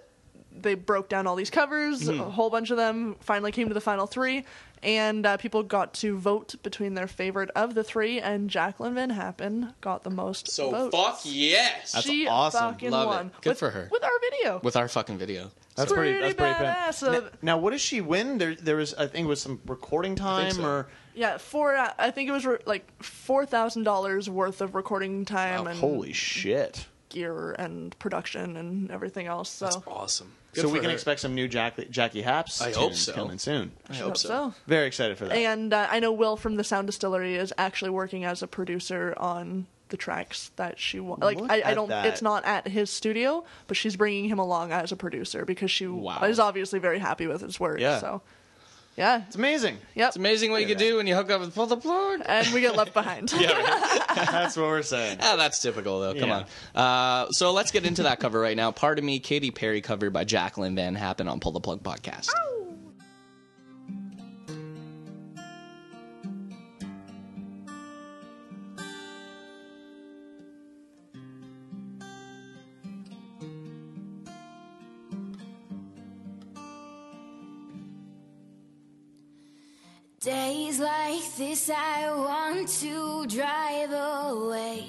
S3: they broke down all these covers,
S5: Mm-hmm.
S3: a whole bunch of them. Finally, came to the final three, and uh, people got to vote between their favorite of the three, and Jacqueline Van Happen got the most. votes.
S5: yes.
S3: she
S4: awesome.
S3: fucking
S5: Love it.
S3: won.
S5: Good
S3: with,
S5: for her.
S3: With our video.
S5: with our fucking video.
S4: That's pretty. That's pretty bad.
S3: badass. Uh,
S4: Now, what does she win? There, there was. I think it was some recording time
S5: so.
S4: or.
S3: yeah, four. uh, I think it was re- like four thousand dollars worth of recording time
S4: Oh,
S3: and
S4: holy shit!
S3: gear and production and everything else. So
S5: That's awesome. Good
S4: so
S5: for
S4: we can
S5: her.
S4: expect some new Jackie, Jackie Haps.
S5: I
S4: tunes
S5: hope so.
S4: Coming soon.
S5: I hope so.
S4: Very excited for that.
S3: And uh, I know Will from the Sound Distillery is actually working as a producer on the tracks that she wants. Like
S4: Look
S3: I, I
S4: at
S3: don't,
S4: that.
S3: it's not at his studio, but she's bringing him along as a producer because she
S5: Wow.
S3: is obviously very happy with his work.
S4: Yeah.
S3: So, yeah,
S4: it's amazing.
S3: yep.
S5: It's amazing what you can do when you hook up with pull the plug.
S3: And we get left behind.
S4: That's what we're saying.
S5: Ah, that's typical though. Come
S4: Yeah.
S5: on. Uh, so let's get into that cover right now. Pardon me, Katy Perry cover by Jacqueline Van Happen on Pull the Plug podcast.
S12: Days like this, I want to drive away.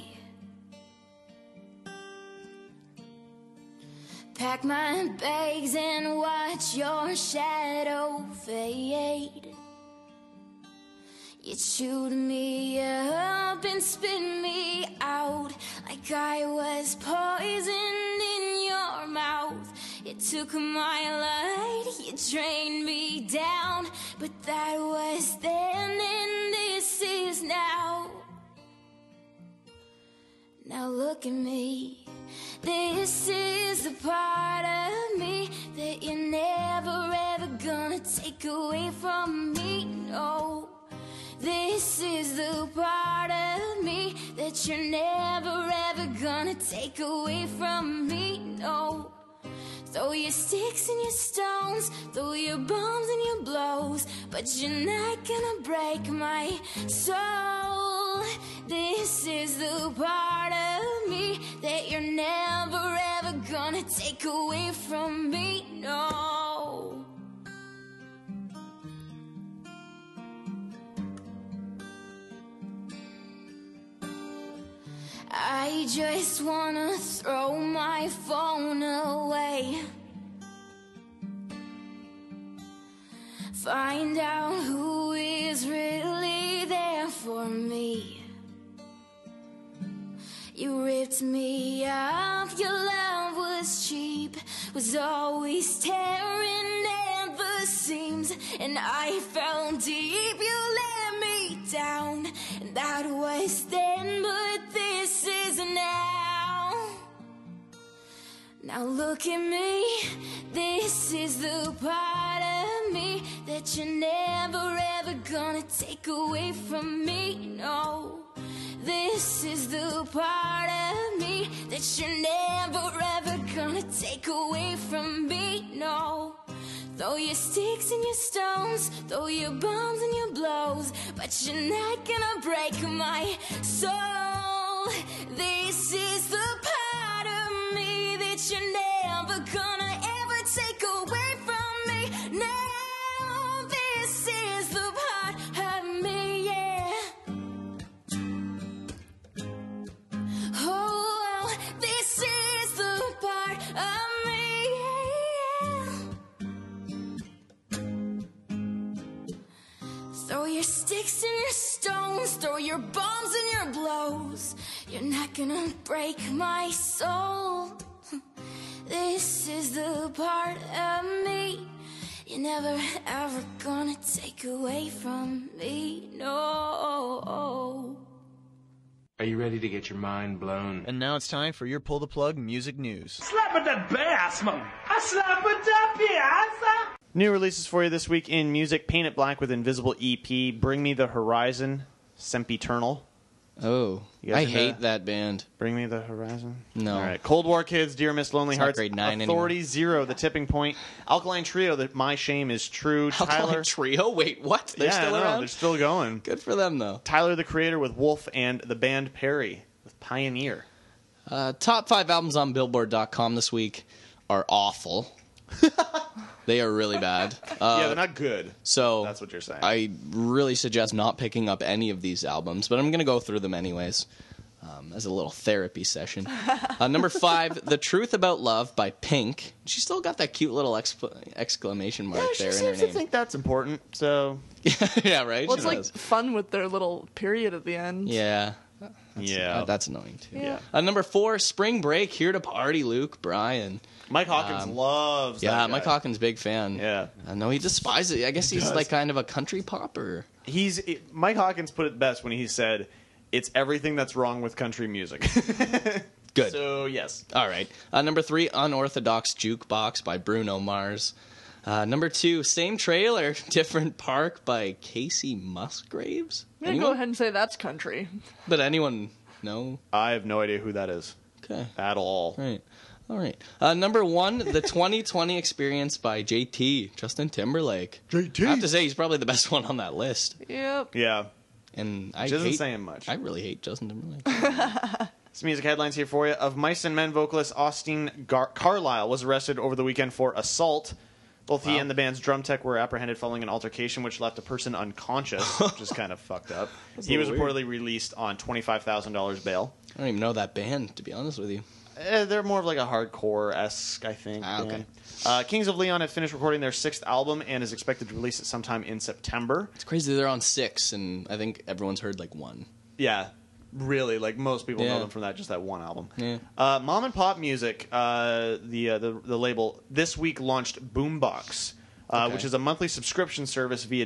S12: Pack my bags and watch your shadow fade. You chewed me up and spit me out like I was poison in your mouth. You took my light, you drained me down, but that was then and this is now. Now look at me. This is the part of me that you're never ever gonna take away from me. No. This is the part of me that you're never ever gonna take away from me. No. Throw your sticks and your stones, throw your bombs and your blows, but you're not gonna break my soul. This is the part of me that you're never ever gonna take away from me. No. I just wanna throw my phone away. Find out who is really there for me. You ripped me off, your love was cheap, was always tearing at the seams, and I fell deep. You let me down, and that was then, but this is now. Now look at me, this is the part of me that you're never ever gonna take away from me. No, this is the part of me that you're never ever gonna take away from me. No, throw your sticks and your stones, throw your bombs and your blows, but you're not gonna break my soul. This is the part of me that you're never gonna ever take away from me. Now this is the part of me, yeah. Oh, this is the part of me. yeah. Throw your sticks and your stones, throw your bombs and your blows. You're not gonna break my soul. This is the part of me you're never ever gonna take away from me. No.
S6: Are you ready to get your mind blown?
S4: And now it's time for your pull the plug music news. New releases for you this week in music: Paint It Black with Invisible EP, Bring Me the Horizon, Sempiternal.
S5: Oh,
S4: You guys
S5: I
S4: into
S5: hate
S4: that?
S5: that band.
S4: Bring Me the Horizon.
S5: No.
S4: All right. Cold War Kids, Dear Miss Lonely
S5: It's not
S4: Hearts,
S5: grade nine
S4: Authority Zero, The Tipping Point, Alkaline Trio, That My Shame Is True, Tyler.
S5: Alkaline Trio. Wait, what? They're
S4: yeah, I
S5: still
S4: know,
S5: around.
S4: They're still going.
S5: Good for them though.
S4: Tyler the Creator with Wolf and the band Perry with Pioneer.
S5: Uh, top five albums on Billboard.com this week are awful. they are really bad. Uh,
S4: yeah, they're not good.
S5: So
S4: That's what you're saying.
S5: I really suggest not picking up any of these albums, but I'm gonna go through them anyways. um, as a little therapy session. Uh, number five, The Truth About Love by Pink. She still got that cute little expl- exclamation mark
S4: Yeah, she
S5: there in her
S4: seems
S5: name.
S4: to think that's important. So
S5: yeah, right.
S3: Well,
S5: She
S3: it's like
S5: does.
S3: fun with their little period at the end.
S5: yeah, that's,
S4: Yeah.
S5: uh, that's annoying too.
S3: Yeah.
S5: Uh, number four, Spring Break. Here to party, Luke, Brian.
S4: Mike Hawkins
S5: Um,
S4: loves.
S5: Yeah,
S4: that
S5: Mike
S4: guy.
S5: Hawkins, big fan.
S4: Yeah.
S5: I know he despises it. I guess he's
S4: does.
S5: like kind of a country popper.
S4: He's it- Mike Hawkins put it best when he said, "It's everything that's wrong with country music."
S5: Good.
S4: so yes,
S5: All right. Uh, number three, Unorthodox Jukebox by Bruno Mars. Uh, number two, same trailer, different park by Casey Musgraves.
S3: I'm gonna go
S5: Anyone?
S3: ahead and say that's country.
S5: But anyone know?
S4: I have no idea who that is
S5: Okay.
S4: at all.
S5: All right. All right. Uh, number one, the 2020 Experience by JT Justin Timberlake. JT. I have to say he's probably the best one on that list.
S3: Yep.
S4: Yeah,
S5: And I
S4: which isn't
S5: hate,
S4: saying much.
S5: I really hate Justin Timberlake.
S4: Some music headlines here for you. Of Mice and Men vocalist Austin Gar- Carlisle was arrested over the weekend for assault. Both he and the band's drum tech were apprehended following an altercation which left a person unconscious, which is kind of fucked up. He
S5: a
S4: was
S5: little
S4: reportedly released on $25,000 bail.
S5: I don't even know that band, to be honest with you.
S4: Eh, they're more of like a hardcore esque, I think.
S5: Ah, okay.
S4: band. Uh, Kings of Leon have finished recording their sixth album and is expected to release it sometime in September.
S5: It's crazy they're on six, and I think everyone's heard like one.
S4: Yeah, really. Like most people
S5: Yeah.
S4: know them from that just that one album.
S5: Yeah.
S4: Uh, Mom and Pop Music, uh, the, uh, the the label this week launched Boombox. Uh,
S5: Okay.
S4: Which is a monthly subscription service via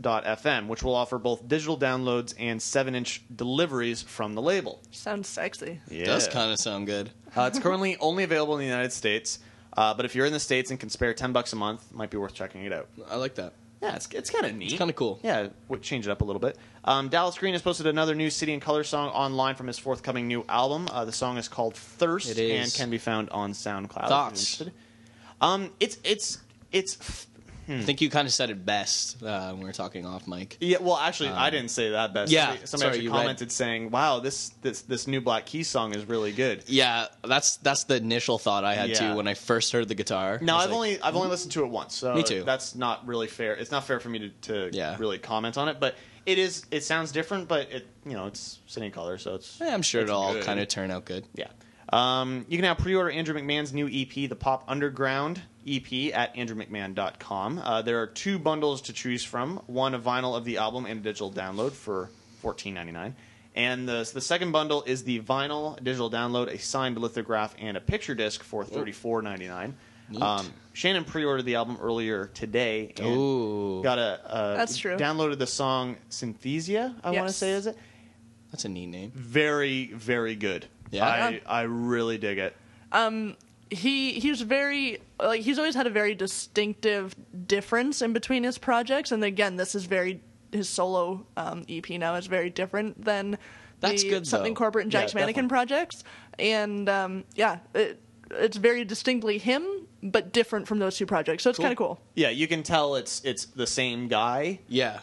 S4: drip.fm, which will offer both digital downloads and 7 inch deliveries from the label.
S3: Sounds sexy.
S4: Yeah.
S5: Does kind of sound good.
S4: Uh, it's currently only available in the United States, uh, but if you're in the States and can spare 10 bucks a month, it might be worth checking it out.
S5: I like that.
S4: Yeah, it's, it's kind of neat.
S5: It's kind of cool.
S4: Yeah, w- change it up a little bit. Um, Dallas Green has posted another new City and Color song online from his forthcoming new album. Uh, the song is called Thirst
S5: It is.
S4: and can be found on SoundCloud. if you're
S5: Thoughts?
S4: interested. Um, it's it's it's hmm.
S5: I
S4: f-
S5: think you kind of said it best uh, when we were talking off mic. Um,
S4: yeah. Well, actually, I didn't say that best.
S5: yeah,
S4: somebody, somebody
S5: sorry,
S4: actually
S5: you read-
S4: commented saying, "Wow, this this this new Black Keys song is really good."
S5: Yeah, that's that's the initial thought I had
S4: Yeah.
S5: too when I first heard the guitar.
S4: No,
S5: I was
S4: I've
S5: like,
S4: only I've only listened to it once, so
S5: Me too.
S4: that's not really fair. It's not fair for me to, to
S5: Yeah.
S4: really comment on it, but it is it sounds different, but it you know it's City and Color, so it's
S5: "Eh, I'm sure
S4: it's
S5: it'll all
S4: good.
S5: kind of turn out good.
S4: Yeah. Um, you can now pre-order Andrew McMahon's new EP, the Pop Underground EP, at andrewmcmahon.com. Uh, there are two bundles to choose from: one a vinyl of the album and a digital download for fourteen ninety nine. And the the second bundle is the vinyl, digital download, a signed lithograph, and a picture disc for thirty four ninety nine.
S5: Neat.
S4: Um, Shannon pre-ordered the album earlier today. And
S5: Ooh.
S4: got a, a
S3: That's true.
S4: Downloaded the song Synthesia. I want to
S3: Yes.
S4: say is it
S5: That's a neat name.
S4: very very good.
S5: Yeah.
S4: I, I really dig it.
S3: Um, he he's very like he's always had a very distinctive difference in between his projects and again this is very his solo um, EP now is very different than
S5: That's
S3: the
S5: good,
S3: something
S5: though.
S3: corporate and
S4: Yeah,
S3: Jack's Mannequin projects and um, yeah it, it's very distinctly him but different from those two projects so it's kind of cool
S4: Yeah, you can tell it's it's the same guy,
S5: Yeah,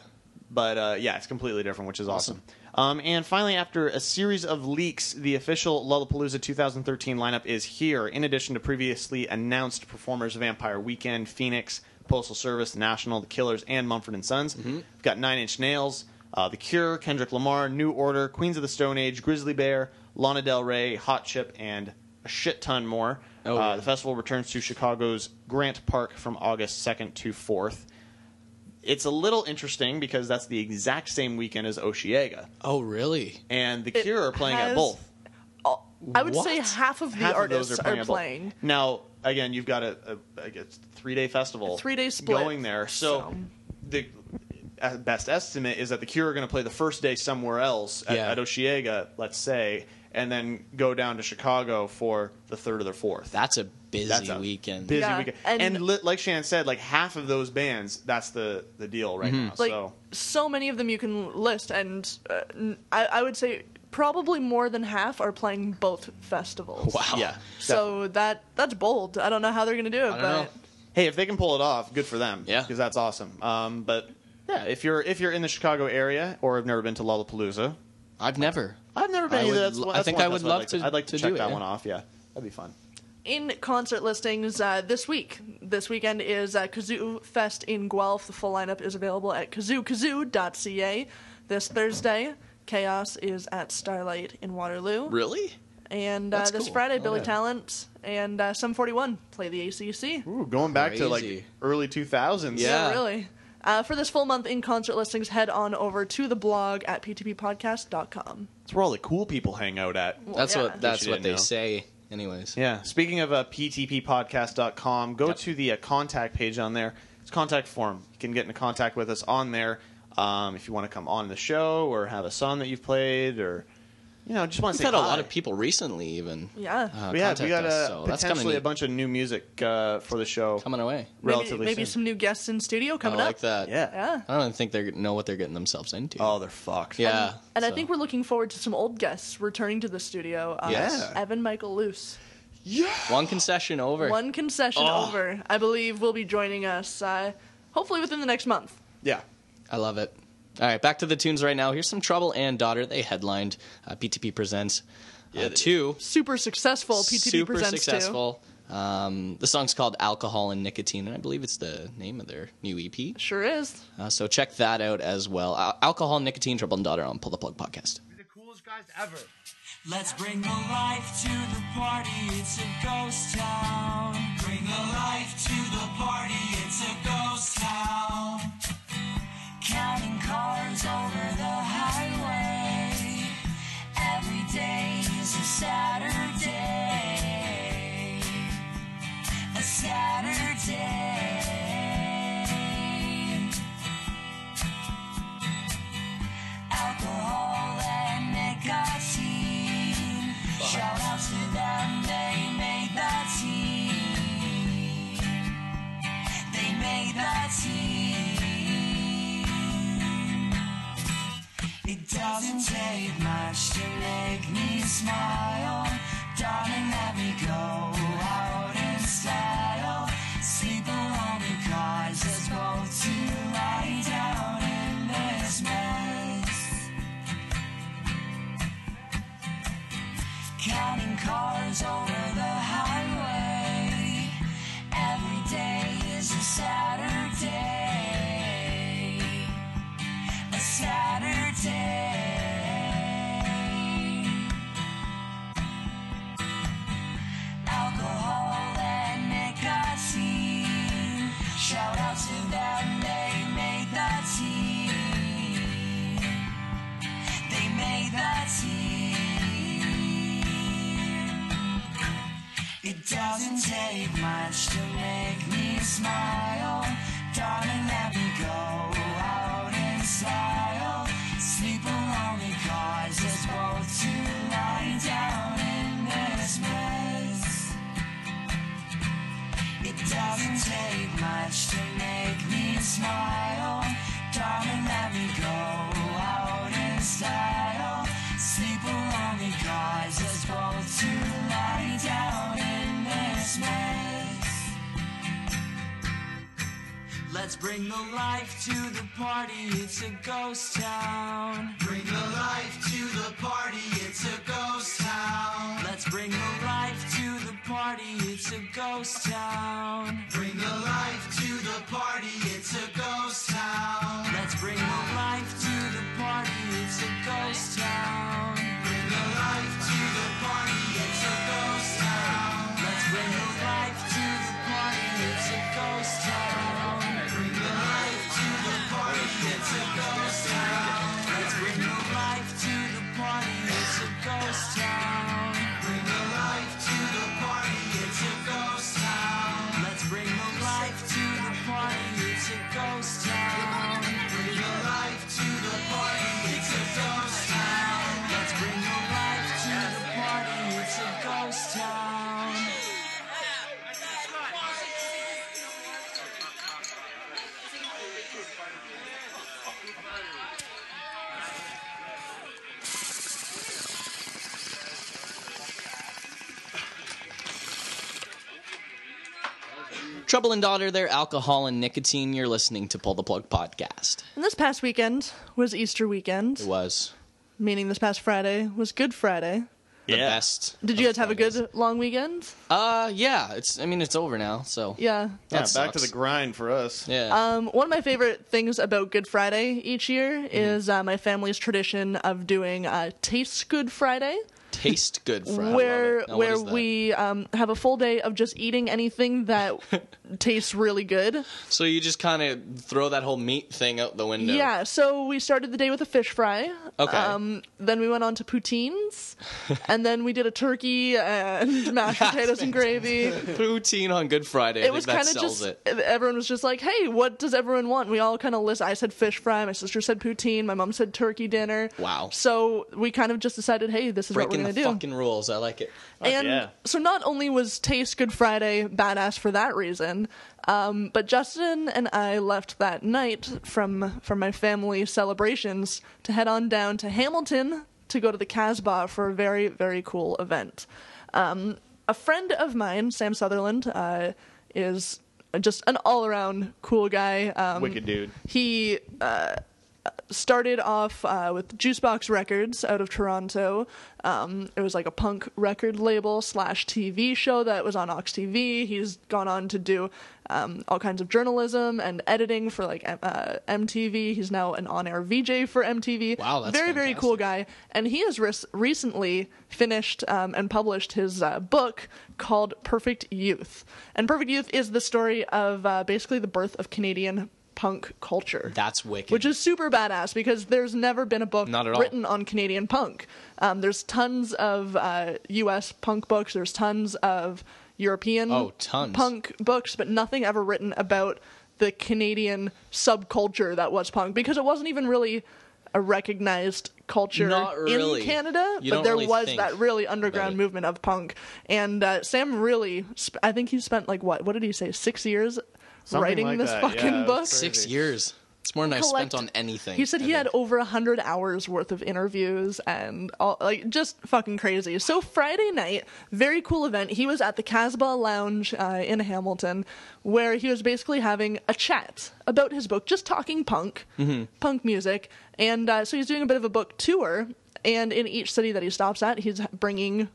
S4: but uh, yeah, it's completely different, which is awesome. Um, and finally, after a series of leaks, the official Lollapalooza 2013 lineup is here. In addition to previously announced performers Vampire Weekend, Phoenix, Postal Service, The National, The Killers, and Mumford and Sons,
S5: Mm-hmm.
S4: we've got Nine Inch Nails, uh, The Cure, Kendrick Lamar, New Order, Queens of the Stone Age, Grizzly Bear, Lana Del Rey, Hot Chip, and a shit ton more.
S5: Oh,
S4: uh,
S5: yeah.
S4: The festival returns to Chicago's Grant Park from August 2nd to 4th it's a little interesting because that's the exact same weekend as Oshiega,
S5: Oh, really?
S4: and the
S3: It
S4: Cure are playing at
S3: has-
S4: both.
S3: I would say
S5: What?
S3: half of the
S4: Half of
S3: artists
S4: those are playing.
S3: are
S4: at both.
S3: playing
S4: Now, again, you've got a, a, a three day festival,
S3: A three-day split,
S4: going there. So,
S3: so.
S4: the uh, best estimate is that the Cure are going to play the first day somewhere else at,
S5: Yeah.
S4: at Oshiega, let's say, and then go down to Chicago for the third or the fourth.
S5: That's a busy
S4: That's a
S5: weekend.
S4: Busy
S3: Yeah,
S4: weekend. And,
S3: and-
S4: li- like Shannon said, like half of those bands, that's the the deal right
S5: Mm-hmm.
S4: now.
S3: like
S4: Oh, so
S3: so. many of them you can list and uh, n- I, I would say probably more than half are playing both festivals
S5: wow.
S4: yeah.
S3: So that that's bold. I don't know how they're gonna do it,
S5: I don't
S3: but
S5: know.
S4: hey, if they can pull it off, good for them.
S5: Yeah.
S4: because that's awesome. Um, but yeah, if you're if you're in the Chicago area or have never been to Lollapalooza,
S5: I've never.
S4: I've never been
S5: I
S4: either.
S5: would
S4: that's,
S5: lo-
S4: one-
S5: I
S4: that's
S5: think
S4: one
S5: I would
S4: festival
S5: love
S4: I'd like to.
S5: to-
S4: I'd like to,
S5: to
S4: check
S5: do it,
S4: that
S5: yeah.
S4: one off. Yeah, that'd be fun.
S3: in concert listings uh, this week, this weekend is uh, Kazoo Fest in Guelph. The full lineup is available at kazookazoo.ca this Thursday. Chaos is at Starlight in Waterloo.
S5: Really?
S3: And uh,
S5: That's
S3: this
S5: cool.
S3: Friday,
S5: Oh,
S3: Billy
S5: yeah.
S3: Talent and uh, Sum 41 play the ACC.
S4: Ooh, going back to like
S5: Crazy.
S4: early 2000s.
S3: Yeah, really. Uh, for this full month in concert listings, head on over to the blog at ptppodcast.com.
S4: That's where all the cool people hang out at.
S3: Well,
S5: That's
S3: yeah.
S5: what that's
S4: Guess you
S5: what
S4: didn't
S5: they
S4: know.
S5: say, anyways.
S4: Yeah. Speaking of uh, ptppodcast.com, go to the uh, contact page on there. It's contact form. You can get into contact with us on there um, if you want to come on the show or have a song that you've played or, you know, just want to
S5: We've
S4: say
S5: had a
S4: hi.
S5: lot of people recently, even.
S3: Yeah.
S5: Uh,
S4: we had,
S5: contact
S4: we got
S5: us,
S4: uh,
S5: so that's
S4: potentially
S5: kinda
S4: a bunch of new music uh, for the show
S5: coming away.
S4: relatively
S3: maybe maybe
S4: soon.
S3: some new guests in studio
S5: I
S3: coming
S5: like
S3: up.
S5: that.
S4: yeah.
S3: Yeah.
S5: I don't even think they know what they're getting themselves into.
S4: Oh, they're fucked.
S5: yeah.
S3: And I
S5: so.
S3: think we're looking forward to some old guests returning to the studio. Uh,
S5: Yes.
S3: Evan Michael Luce.
S5: one concession over. Oh.
S3: One concession over, I believe, will be joining us uh, hopefully within the next month.
S4: Yeah.
S5: I love it. All right, back to the tunes right now. Here's some Trouble and Daughter. They headlined uh, PTP Presents uh, two.
S3: Super successful PTP
S5: super
S3: Presents
S5: successful. Um, the song's called Alcohol and Nicotine, and I believe it's the name of their new EP.
S3: 2. Sure is.
S5: Uh, so check that out as well. Al- Alcohol, Nicotine, Trouble and Daughter on Pull the Plug Podcast.
S13: the coolest guys ever.
S9: Let's bring the life to the party, it's a ghost town. Bring the life to the party, it's a ghost town. Counting cars over the highway. Every day is a Saturday. A Saturday. Alcohol and nicotine. Shout out to them, they made the team. They made the team. It doesn't take much to make me smile. Darling, let me go out in style. Sleep alone because it's both to lie down in this mess. Counting cars over the highway. Every day is a Saturday a Saturday. Alcohol and nicotine. Shout out to them, they made the team. They made the team. It doesn't take much to make me smile. Darling, let me go out in style. Sleep alone because it's both to lie down in this mess. It doesn't take much to make me smile. Darling, let me go out in style. Sleep alone because it's both to lie down in this mess. Let's bring the life to the party, it's a ghost town. Bring the life to the party, it's a ghost town. Let's bring the life to the party, it's a ghost town. Bring the life to the party, it's a ghost town. Let's bring the life to the party, it's a ghost town. Bring the life to the party, it's a ghost town. Let's bring the life to the party, it's a ghost town. Bring the life to the party, it's a ghost town. Let's bring the life to the party, it's a ghost town. Bring the life to the party, it's a ghost town. Let's bring the life to the party, it's a ghost town. Bring the life to the party, it's a ghost town. Let's bring the life to the party, it's a ghost town.
S5: Trouble and Daughter, their Alcohol and Nicotine. You're listening to Pull the Plug Podcast.
S3: And this past weekend was Easter weekend,
S5: It was.
S3: meaning this past Friday was Good Friday.
S5: the best.
S3: Did you guys have a good long weekend?
S5: Uh, yeah. It's. I mean, it's over now. So
S3: Yeah.
S5: That
S4: Yeah, back to
S5: sucks.
S4: the grind for us.
S5: Yeah.
S3: Um, one of my favorite things about Good Friday each year
S5: Mm-hmm.
S3: is uh, my family's tradition of doing uh, Tastes Good Friday.
S5: Taste good Friday.
S3: where
S5: Now, what
S3: where
S5: is that?
S3: we um, have a full day of just eating anything that tastes really good.
S5: So you just kind of throw that whole meat thing out the window.
S3: Yeah, so we started the day with a fish fry.
S5: uh, Okay.
S3: Um, then we went on to poutines, and then we did a turkey and mashed potatoes and gravy.
S5: Poutine on Good Friday. I
S3: It
S5: think
S3: was
S5: that
S3: kind of
S5: sells
S3: just e,
S5: it.
S3: everyone was just like, "Hey, what does everyone want?" We all kind of list. I said fish fry. My sister said poutine. My mom said turkey dinner.
S5: Wow.
S3: So we kind of just decided, "Hey, this is what
S5: Breaking
S3: we're gonna
S5: the
S3: do."
S5: fucking rules. I like it.
S3: and so not only was Taste Good Friday badass for that reason, um, but Justin and I left that night from from my family celebrations to head on down to Hamilton to go to the Casbah for a very very cool event. Um, a friend of mine, Sam Sutherland, uh, is just an all around cool guy. Um,
S4: Wicked dude.
S3: he uh, started off uh, with Juicebox Records out of Toronto. Um, it was like a punk record label slash TV show that was on Ox TV. He's gone on to do um, all kinds of journalism and editing for like M- uh, MTV. He's now an on-air VJ for MTV.
S5: Wow, that's
S3: very very cool guy. And he has res- recently finished um, and published his uh, book called Perfect Youth. And Perfect Youth is the story of uh, basically the birth of Canadian punk culture.
S5: That's wicked.
S3: Which is super badass because there's never been a book
S5: Not at all.
S3: written on Canadian punk. Um, there's tons of uh, U.S. punk books. There's tons of European
S5: Oh, tons.
S3: punk books, but nothing ever written about the Canadian subculture that was punk because it wasn't even really a recognized culture
S5: Not really.
S3: in Canada.
S5: You
S3: but
S5: don't
S3: there
S5: really
S3: was
S5: think
S3: that really underground movement of punk, and uh, Sam really, sp- I think he spent like what? What did he say? Six years
S5: Something
S3: writing
S5: like
S3: this
S5: that, yeah,
S3: fucking
S5: it was
S3: book.
S5: Six years. It's more than I spent
S3: Collect-
S5: on anything.
S3: He said
S5: I
S3: he had over a hundred hours worth of interviews and all like just fucking crazy. So Friday night, very cool event. He was at the Casbah Lounge uh, in Hamilton, where he was basically having a chat about his book, just talking punk,
S5: Mm-hmm.
S9: Mhm.
S3: punk music, and uh, so he's doing a bit of a book tour. And in each city that he stops at, he's bringing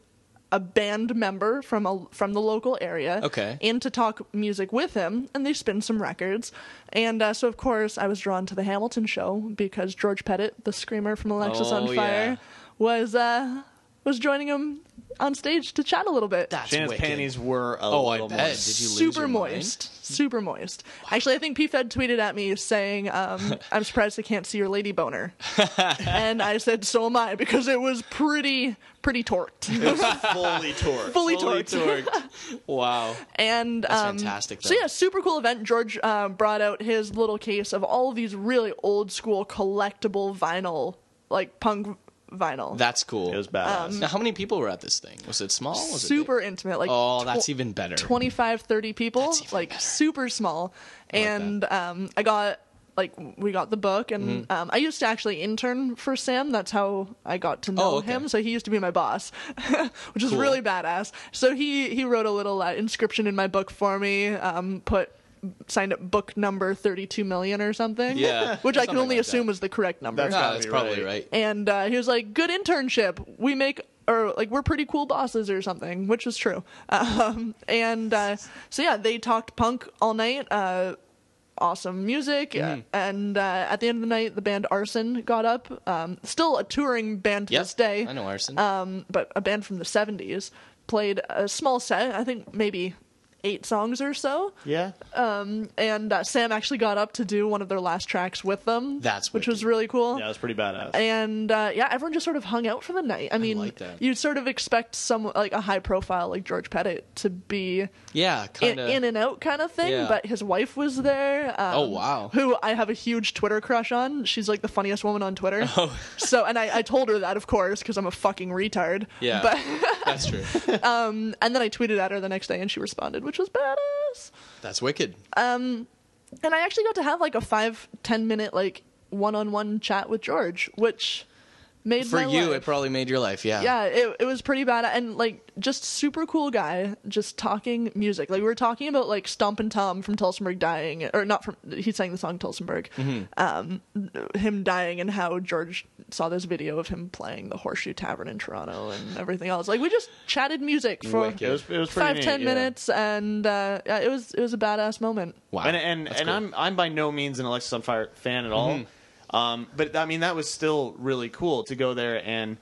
S3: a band member from a from the local area
S5: Okay.
S3: in to talk music with him, and they spin some records. And uh, so, of course, I was drawn to the Hamilton show because George Pettit, the screamer from Alexis
S5: Oh,
S3: on
S5: yeah.
S3: Fire, was uh, was joining him on stage to chat a little bit.
S4: Shannon's panties were a
S5: Oh, I
S4: little
S5: bet.
S4: moist.
S5: Did you lose
S3: super
S5: your mind?
S3: moist, super moist. Actually, I think P Fed tweeted at me saying, um, "I'm surprised I can't see your lady boner," and I said, "So am I," because it was pretty pretty torqued.
S4: It was fully torqued.
S3: Fully torqued.
S5: torqued. Wow.
S3: And
S5: That's
S3: um,
S5: fantastic,
S3: So
S5: though.
S3: yeah, super cool event. George uh, brought out his little case of all of these really old school collectible vinyl, like punk vinyl.
S5: That's cool. It was
S3: badass. Um,
S5: now, how many people were at this thing? Was it small? Was it big?
S3: super intimate. Like
S5: oh,
S3: tw-
S5: that's even better.
S3: 25 30 people like super small and um i got like we got the book and
S5: Mhm.
S3: um, i used to actually intern for sam that's how i got to know
S5: Oh, okay.
S3: him so he used to be my boss which is
S5: Cool.
S3: really badass so he he wrote a little uh, inscription in my book for me um put signed it book number 32 million or something
S5: Yeah.
S3: which i can
S5: Something
S3: only
S5: like
S3: assume
S5: that.
S3: was the correct number
S5: That's gotta That's be probably right. right.
S3: and uh, he was like, "Good internship. We make or like we're pretty cool bosses or something," which is true. Um, and uh, so yeah, they talked punk all night. Uh, awesome music.
S5: Mhm.
S3: And uh, at the end of the night, the band Arson got up. Um, still a touring band to
S5: Yep,
S3: this day.
S5: I know Arson.
S3: Um, but a band from the '70s played a small set. I think maybe eight songs or so.
S4: Yeah.
S3: Um, and uh, Sam actually got up to do one of their last tracks with them.
S4: That's
S3: which was really cool.
S4: Yeah, it was pretty badass.
S3: And uh, yeah, everyone just sort of hung out for the night. I mean,
S5: like that.
S3: you'd sort of expect some like a high profile like George Pettit to be
S5: Yeah,
S3: in,
S5: kind of.
S3: in and out kind of thing,
S5: Yeah.
S3: but his wife was there. Um,
S5: Oh, wow.
S3: Who I have a huge Twitter crush on. She's like the funniest woman on Twitter.
S5: Oh.
S3: So, and I, I told her that of course because I'm a fucking retard.
S5: yeah,
S3: But
S5: that's true.
S3: um, and then I tweeted at her the next day, and she responded, which was badass.
S5: That's wicked.
S3: Um, and I actually got to have like a five ten minute like one on one chat with George, which made
S5: For
S3: my
S5: you,
S3: life.
S5: it probably made your life. Yeah.
S3: yeah it, it was pretty bad and like just super cool guy just talking music like we were talking about like stomp and tom from tulsenberg dying or not from he sang the song tulsenberg
S5: Mhm.
S3: um, him dying and how george saw this video of him playing the horseshoe tavern in toronto and everything else like we just chatted music for
S4: Wicked. It was- it was pretty
S3: five
S4: neat,
S3: ten
S4: yeah.
S3: minutes and uh, yeah, it was it was a badass moment
S4: And and, and I'm I'm by no means an Alexis on Fire fan at all.
S3: Mhm.
S5: Mm-hmm.
S4: Um, but I mean that was still really cool to go there and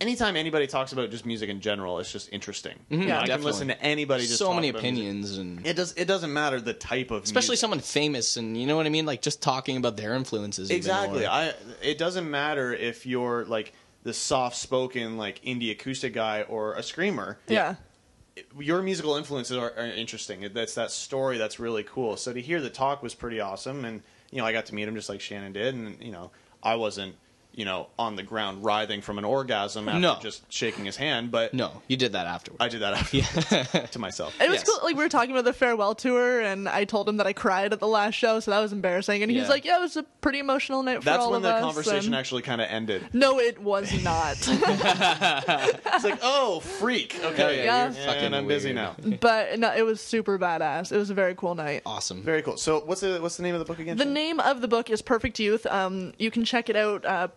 S4: anytime anybody talks about just music in general, it's just interesting.
S5: Mhm,
S4: You know, I can
S5: definitely.
S4: listen to anybody just
S5: So
S4: talk
S5: many
S4: about music.
S5: opinions and
S4: It does it doesn't matter the type of
S5: especially
S4: music.
S5: someone famous and you know what I mean, like just talking about their influences. even,
S4: Exactly.
S5: or-
S4: I it doesn't matter if you're like the soft spoken like indie acoustic guy or a screamer.
S3: yeah.
S4: your musical influences are, are interesting. That's that story that's really cool. So to hear the talk was pretty awesome, and you know I got to meet him just like Shannon did, and you know I wasn't you know on the ground writhing from an orgasm after
S5: No.
S4: just shaking his hand, but
S5: no, you did that afterwards.
S4: I did that afterwards to myself.
S3: It was cool. Like we were talking about the farewell tour, and I told him that I cried at the last show, so that was embarrassing. And he was
S4: Yeah.
S3: like, "Yeah, it was a pretty emotional night for
S4: That's
S3: all
S4: when
S3: of
S4: the
S3: us."
S4: conversation
S3: and-
S4: actually kind of ended.
S3: No, it was not.
S4: it's like, oh, freak. Okay,
S3: Yeah.
S4: and
S3: you're fucking
S4: I'm busy now.
S3: but no, it was super badass. It was a very cool night.
S5: Awesome.
S4: Very cool. So what's the what's the name of the book again?
S3: The name of the book is Perfect Youth. Um, you can check it out, uh,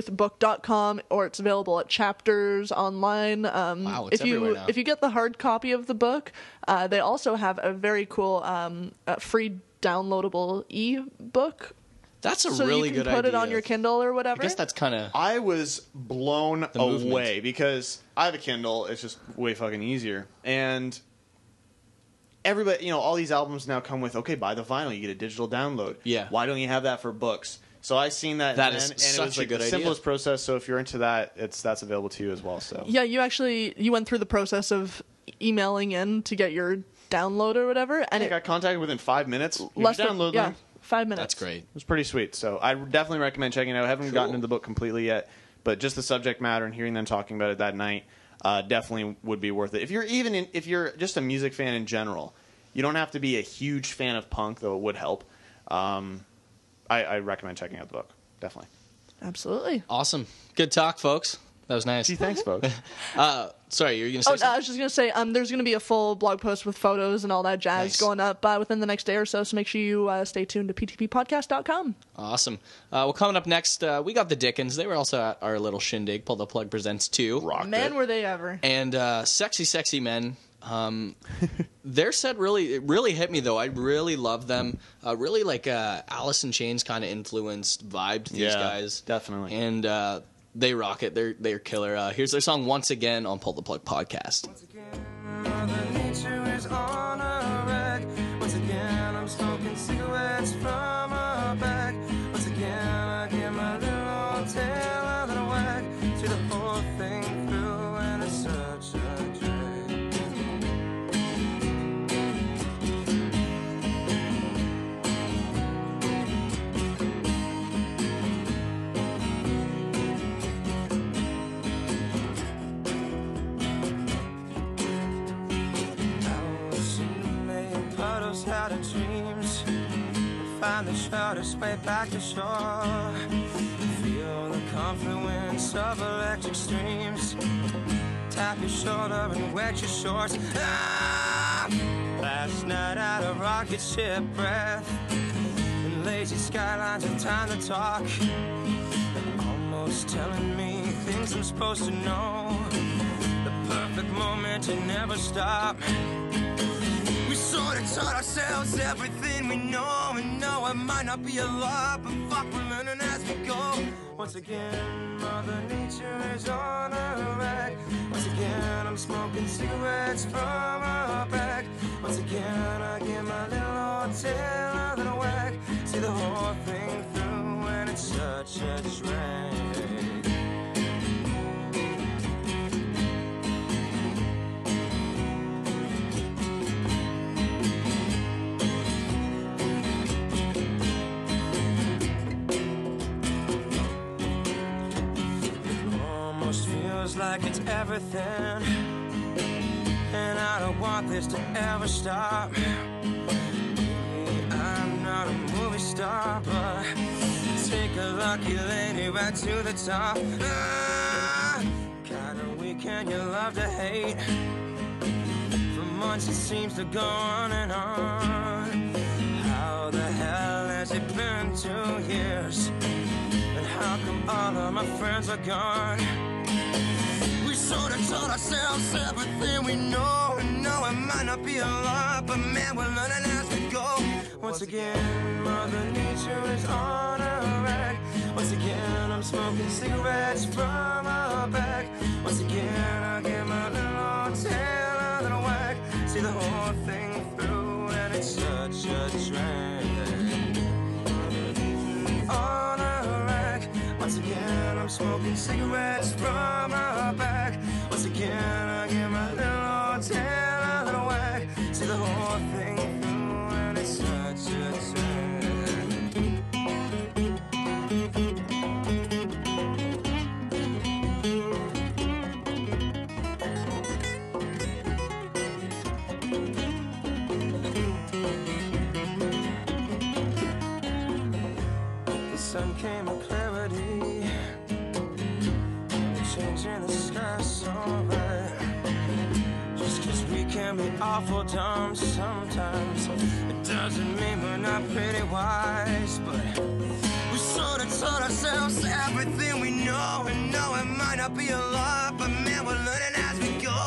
S3: perfectyouthbook.com, or it's available at chapters online. Um,
S5: Wow, it's
S3: if you
S5: everywhere now.
S3: if you get the hard copy of the book, uh, they also have a very cool um, uh, free downloadable e-book.
S5: That's a
S3: so
S5: really
S3: you can
S5: good
S3: put it on
S5: idea.
S3: your Kindle or whatever.
S5: I guess that's kind of
S4: I was blown
S5: The movement.
S4: away because I have a Kindle. It's just way fucking easier. And everybody, you know, all these albums now come with okay, buy the vinyl, you get a digital download.
S5: Yeah.
S4: Why don't you have that for books? So I seen that.
S5: That
S4: then,
S5: is
S4: and
S5: such
S4: it was
S5: a
S4: like
S5: good
S4: the
S5: idea.
S4: simplest process. So if you're into that, it's that's available to you as well. So
S3: Yeah, you actually you went through the process of emailing in to get your download or whatever,
S4: I
S3: and
S4: think
S3: it
S4: I contacted within five minutes. Here's
S3: less
S4: your
S3: than
S4: download
S3: yeah
S4: link.
S3: five minutes.
S5: great.
S4: It was pretty sweet. So I definitely recommend checking it out. I haven't gotten into the book completely yet, but just the subject matter and hearing them talking about it that night uh, definitely would be worth it. If you're even in, if you're just a music fan in general, you don't have to be a huge fan of punk, though it would help. Um, I, I recommend checking out the book. Definitely.
S3: Absolutely.
S5: awesome. Good talk, folks. That was nice.
S4: thanks, folks.
S5: uh, sorry, you're gonna say
S3: Oh, no,
S5: something?
S3: I was just gonna say, um, there's gonna be a full blog post with photos and all that jazz
S5: Nice.
S3: going up uh, within the next day or so. So make sure you uh, stay tuned to ptppodcast.com.
S5: Awesome. Uh, well, coming up next, uh, we got the Dickens. They were also at our little shindig. Pull the plug presents two. Rock
S3: Man, were they ever?
S5: and uh, sexy, sexy men. Um, their set really, it really hit me though. I really love them. Uh, really like uh, Alice in Chains kind of influenced vibe to these
S4: Yeah,
S5: guys,
S4: definitely.
S5: And uh, they rock it. They're they're killer. Uh, here's their song once again on Pull the Plug podcast.
S13: Mother Nature is on a rack. Once again, I'm smoking cigarettes from her back. Once again, I get my little tail a little whack. See the whole thing through, and it's such a drag. She made puddles out of dreams. Find the shortest way back to shore. Feel the confluence of electric streams. Tap your shoulder and wet your shorts. Ah! Last night out of rocket ship breath. And lazy skylines with time to talk. Almost telling me things I'm supposed to know. The perfect moment to never stop. We sort of taught ourselves everything we know, and know it might not be a lot, but fuck, we're learning as we go. Once again, Mother Nature is on her rack. Once again, I'm smoking cigarettes from her back. Once again, I give my little old tail a little whack. See the whole thing through, and it's such a drag. almost feels like it's everything. And I don't want this to ever stop. Maybe I'm not a movie star, but take a a lucky lady right to the top. Ah, kinda weak and you love to hate. For months it seems to go on and on. How the hell has it been two years? And how come all of my friends are gone? We sort of told ourselves everything we know. And know it might not be a lot, but man, we're learning as we go. Once again, Mother Nature is on her back. Once again, I'm smoking cigarettes from her back. Once again, I get my little tail out of whack. See the whole thing through, and it's such a drag. On her rack, once again, I'm smoking cigarettes from her back. Once again, I get my little tail out of whack. See the whole thing through, and it's such a drag. The sun came in clarity. The change in the sky so bright. Just 'cause we can be awful dumb sometimes, it doesn't mean we're not pretty wise. But we sort of told ourselves everything we know, and know it might not be a lot, but man, we're learning as we go.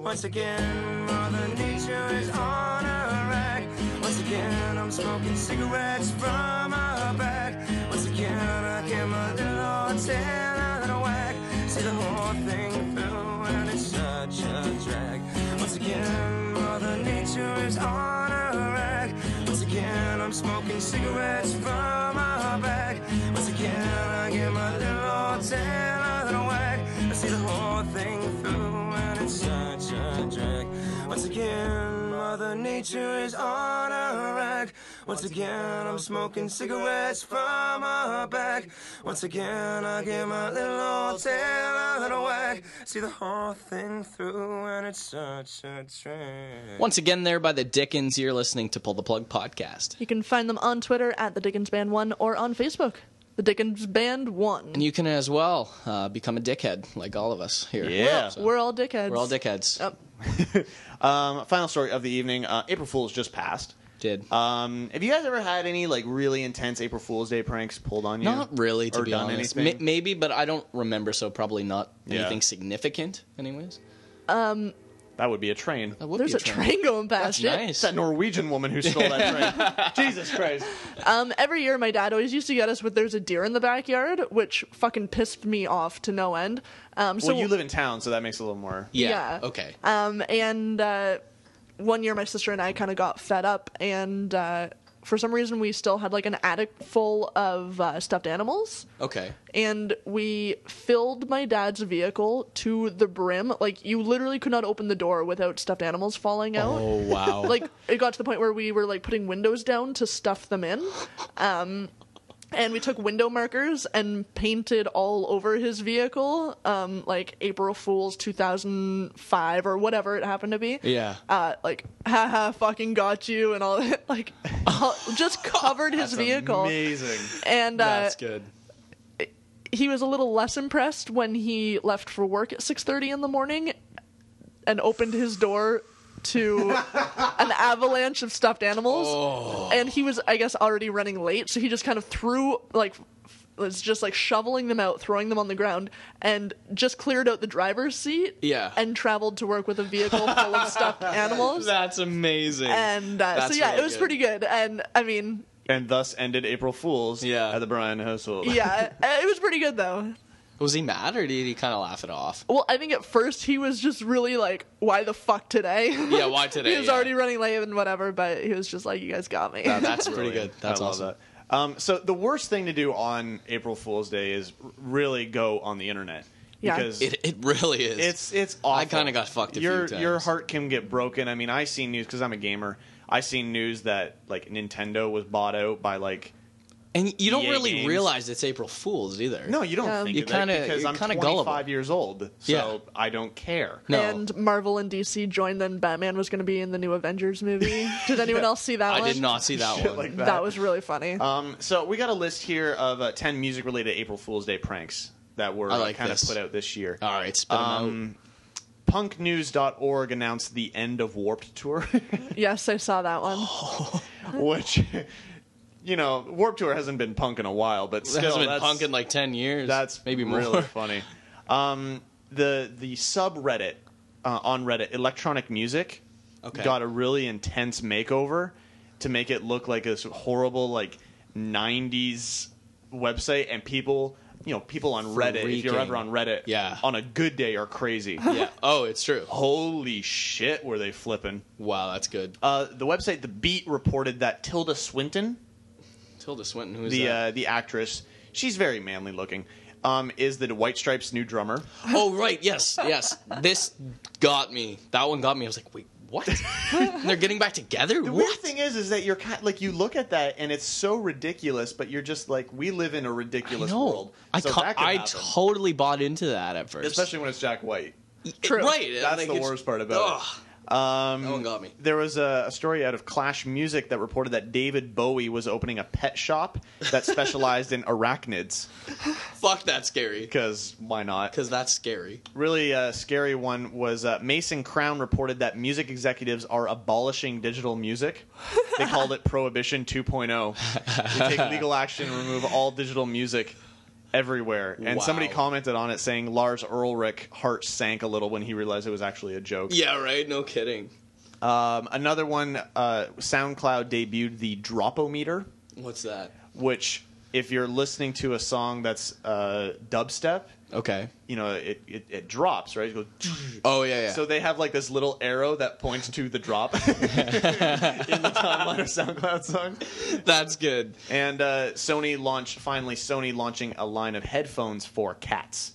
S13: Once again, Mother Nature is on her rack. Once again, I'm smoking cigarettes from her back. Once again, I get my little tail out of whack. See the whole thing through, and it's such a drag. Once again, Mother Nature is on her rack. Once again, I'm smoking cigarettes from her back. Once again, I get my little tail out of whack. I see the whole thing through, and it's such a drag. Once again, Mother Nature is on her rack. Once again, I'm smoking cigarettes from her back. Once again, I get my little old tail out of whack. See the whole thing through, and it's such a drag.
S5: Once again, there by the Dickens, you're listening to Pull the Plug Podcast.
S3: You can find them on Twitter at the Dickens Band One or on Facebook, the Dickens Band One.
S5: And you can as well uh, become a dickhead, like all of us here.
S4: Yeah.
S5: So,
S3: We're all dickheads.
S5: we're all dickheads.
S4: Um, final story of the evening. Uh, April Fool's just passed.
S5: Did.
S4: Um, have you guys ever had any like really intense April Fool's Day pranks pulled on you?
S5: Not really, to
S4: or
S5: be
S4: done
S5: honest.
S4: Anything?
S5: Ma- maybe, but I don't remember, so probably not
S4: Yeah.
S5: anything significant. Anyways,
S3: Um,
S4: that would be a train.
S5: That would
S3: there's
S5: be
S3: a train going past it.
S5: Nice.
S4: That Norwegian woman who stole that train. Jesus Christ.
S3: Um, every year, my dad always used to get us with "There's a deer in the backyard," which fucking pissed me off to no end. Um, so
S4: well, you live in town, so that makes it a little more.
S5: Yeah. Okay.
S3: Um, and uh, one year, my sister and I kind of got fed up, and uh, for some reason, we still had like an attic full of uh, stuffed animals.
S5: Okay.
S3: And we filled my dad's vehicle to the brim. Like you literally could not open the door without stuffed animals falling out.
S5: Oh wow.
S3: like it got to the point where we were like putting windows down to stuff them in um and we took window markers and painted all over his vehicle um like april fools 2005 or whatever it happened to be
S5: Yeah.
S3: uh like haha fucking got you and all that like all- just covered his vehicle
S4: Amazing.
S3: and uh,
S5: That's good.
S3: he was a little less impressed when he left for work at 6:30 in the morning and opened his door to an avalanche of stuffed animals
S5: Oh.
S3: and he was i guess already running late so he just kind of threw like f- was just like shoveling them out throwing them on the ground and just cleared out the driver's seat
S5: Yeah.
S3: and traveled to work with a vehicle full of stuffed animals
S5: That's amazing.
S3: and uh, so
S5: That's
S3: yeah
S5: really
S3: it was pretty good and i mean
S4: And thus ended April Fool's
S5: Yeah.
S4: at the Brian Hustle.
S3: yeah it was pretty good though
S5: Was he mad or did he kind of laugh it off?
S3: Well, I think at first he was just really like, "Why the fuck today?"
S5: Yeah, why today?
S3: he was
S5: Yeah.
S3: already running late and whatever, but he was just like, "You guys got me."
S5: That's pretty
S4: Brilliant.
S5: good. That's
S4: I love
S5: awesome.
S4: that. Um, so the worst thing to do on April Fool's Day is r- really go on the internet
S3: Yeah.
S4: because
S5: It, it really is.
S4: it's it's awful.
S5: I kinda got fucked a few
S4: your
S5: times.
S4: your heart can get broken. I mean, I seen news because I'm a gamer. I seen news that like Nintendo was bought out by like
S5: And you don't
S4: EA
S5: really
S4: games.
S5: realize it's April Fool's either.
S4: No, you don't think
S5: you
S4: of that
S5: kinda,
S4: because
S5: you're
S4: I'm
S5: kinda
S4: 25
S5: gullible.
S4: years old, so
S5: Yeah.
S4: I don't care.
S3: And Marvel and DC joined, then Batman was going to be in the new Avengers movie. Did anyone else see that
S4: I
S3: one?
S4: did not see that Shit one. like that.
S3: That was really funny.
S4: Um, so we got a list here of uh, 10 music-related April Fool's Day pranks that were
S5: I like
S4: kind of
S5: this.
S4: put out this year. Um,
S5: All right, spit 'em
S4: Punknews.org announced the end of Warped Tour,
S3: yes, I saw that one.
S5: Oh.
S4: which, you know, Warped Tour hasn't been punk in a while, but
S5: It
S4: still,
S5: hasn't been
S4: that's-
S5: punk in like ten years.
S4: That's
S5: maybe more.
S4: really funny. Um, the the subreddit uh, on Reddit, electronic music,
S5: Okay.
S4: got a really intense makeover to make it look like this horrible like '90s website, and people, you know, people on Reddit. If you're
S5: Freaking.
S4: ever on Reddit, yeah. on a good day are crazy.
S5: Yeah. Oh, it's true.
S4: Holy shit, were they flipping?
S5: Wow, that's good.
S4: Uh, the website The Beat reported that Tilda Swinton
S5: Tilda Swinton, who is
S4: the
S5: that?
S4: Uh, the actress. She's very manly looking. Um, is the White Stripes new drummer?
S5: oh right, yes, yes. This got me. That one got me. I was like, wait, what? They're getting back together.
S4: The
S5: what?
S4: weird thing is, is that you're kind like you look at that and it's so ridiculous, but you're just like we live in a ridiculous world.
S5: I
S4: so
S5: ca-
S4: that could
S5: I
S4: happen.
S5: totally bought into that at first.
S4: especially when it's Jack White.
S5: True. Right, I
S4: That's
S5: think
S4: the
S5: it's-
S4: worst part about it. Um, that one
S5: got me.
S4: There was a, a story out of Clash Music that reported that David Bowie was opening a pet shop that specialized in arachnids.
S5: Fuck, that's scary.
S4: Because why not?
S5: Because that's scary.
S4: really uh, scary one was uh, Mason Crown reported that music executives are abolishing digital music. They called it Prohibition 2.0. They take legal action and remove all digital music everywhere. And
S5: Wow.
S4: somebody commented on it saying Lars Ulrich heart sank a little when he realized it was actually a joke.
S5: Yeah, right. No kidding.
S4: Um, another one, uh, SoundCloud debuted the Dropometer
S5: What's that?
S4: which if you're listening to a song that's uh, dubstep,
S5: okay,
S4: you know it, it, it drops right. It goes,
S5: Oh yeah, yeah.
S4: So they have like this little arrow that points to the drop in the timeline of SoundCloud song.
S5: That's good.
S4: And uh, Sony launched finally Sony launching a line of headphones for cats.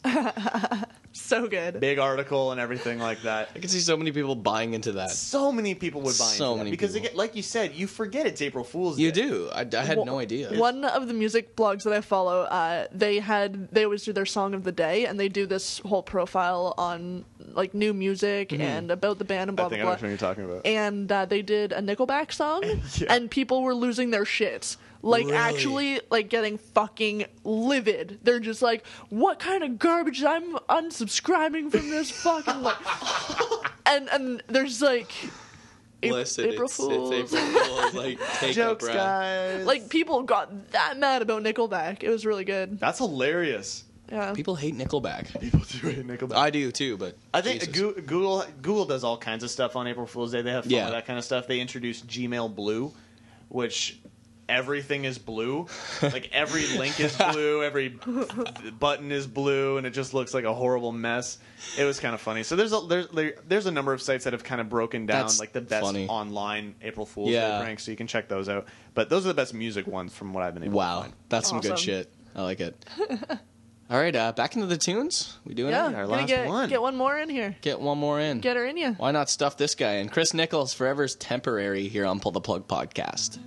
S3: so good.
S4: Big article and everything like that.
S5: I can see so many people buying into that.
S4: So many people would buy into
S5: So
S4: that
S5: many
S4: because
S5: people.
S4: Again, like you said, you forget it's April Fool's
S5: You
S4: Day.
S5: do. I, I had no idea.
S3: One of the music blogs that I follow, uh, they had they always do their song of the day, and they do this whole profile on like new music
S4: Mhm.
S3: and about the band and blah
S4: I think I know
S3: blah
S4: which one
S3: blah.
S4: you're talking about.
S3: And uh, they did a Nickelback song, and people were losing their shit. Like
S4: Really?
S3: actually, like getting fucking livid. They're just like, "What kind of garbage? I'm unsubscribing from this fucking." Like, and and there's like, Ap-
S5: Listen,
S3: April
S5: it's,
S3: Fools. uh,
S5: it's April Fools. Like, take
S4: Jokes,
S5: a breath.
S4: guys.
S3: like people got that mad about Nickelback. It was really good.
S4: That's hilarious.
S3: Yeah.
S5: People hate Nickelback.
S4: People do hate Nickelback.
S5: I do too, but
S4: I think
S5: Jesus.
S4: Goo- Google Google does all kinds of stuff on April Fool's Day. They have fun
S5: Yeah.
S4: with that kind of stuff. They introduced Gmail Blue, which everything is blue. like every link is blue, every button is blue, and it just looks like a horrible mess. It was kind of funny. So there's a there's there, there's a number of sites that have kind of broken down
S5: That's
S4: like the best
S5: funny.
S4: online April Fool's
S5: Yeah.
S4: Day pranks. So you can check those out. But those are the best music ones from what I've been able. to
S5: Wow,
S4: find.
S5: that's some good
S3: Awesome.
S5: shit. I like it. All right, uh, back into the tunes. We doing
S3: Yeah,
S5: it? Our
S3: gonna
S5: last
S3: get,
S5: one. Hmm.
S3: Get one more in here.
S5: Get one more in.
S3: Get her in you.
S5: Why not stuff this guy in? Chris Nichols, Forever's Temporary, here on Pull the Plug Podcast.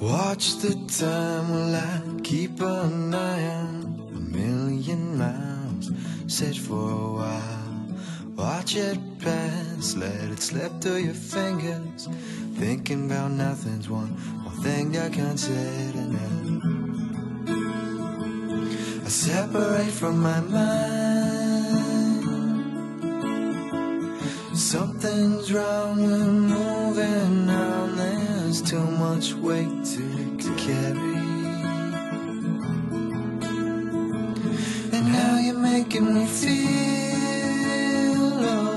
S6: Watch the time while I keep an eye on a million miles set for a while. Watch it pass, let it slip through your fingers. Thinking about nothing's one more thing to consider now. I separate from my mind. Something's wrong with moving on. There's too much weight to, to carry. And how you're making me feel. oh.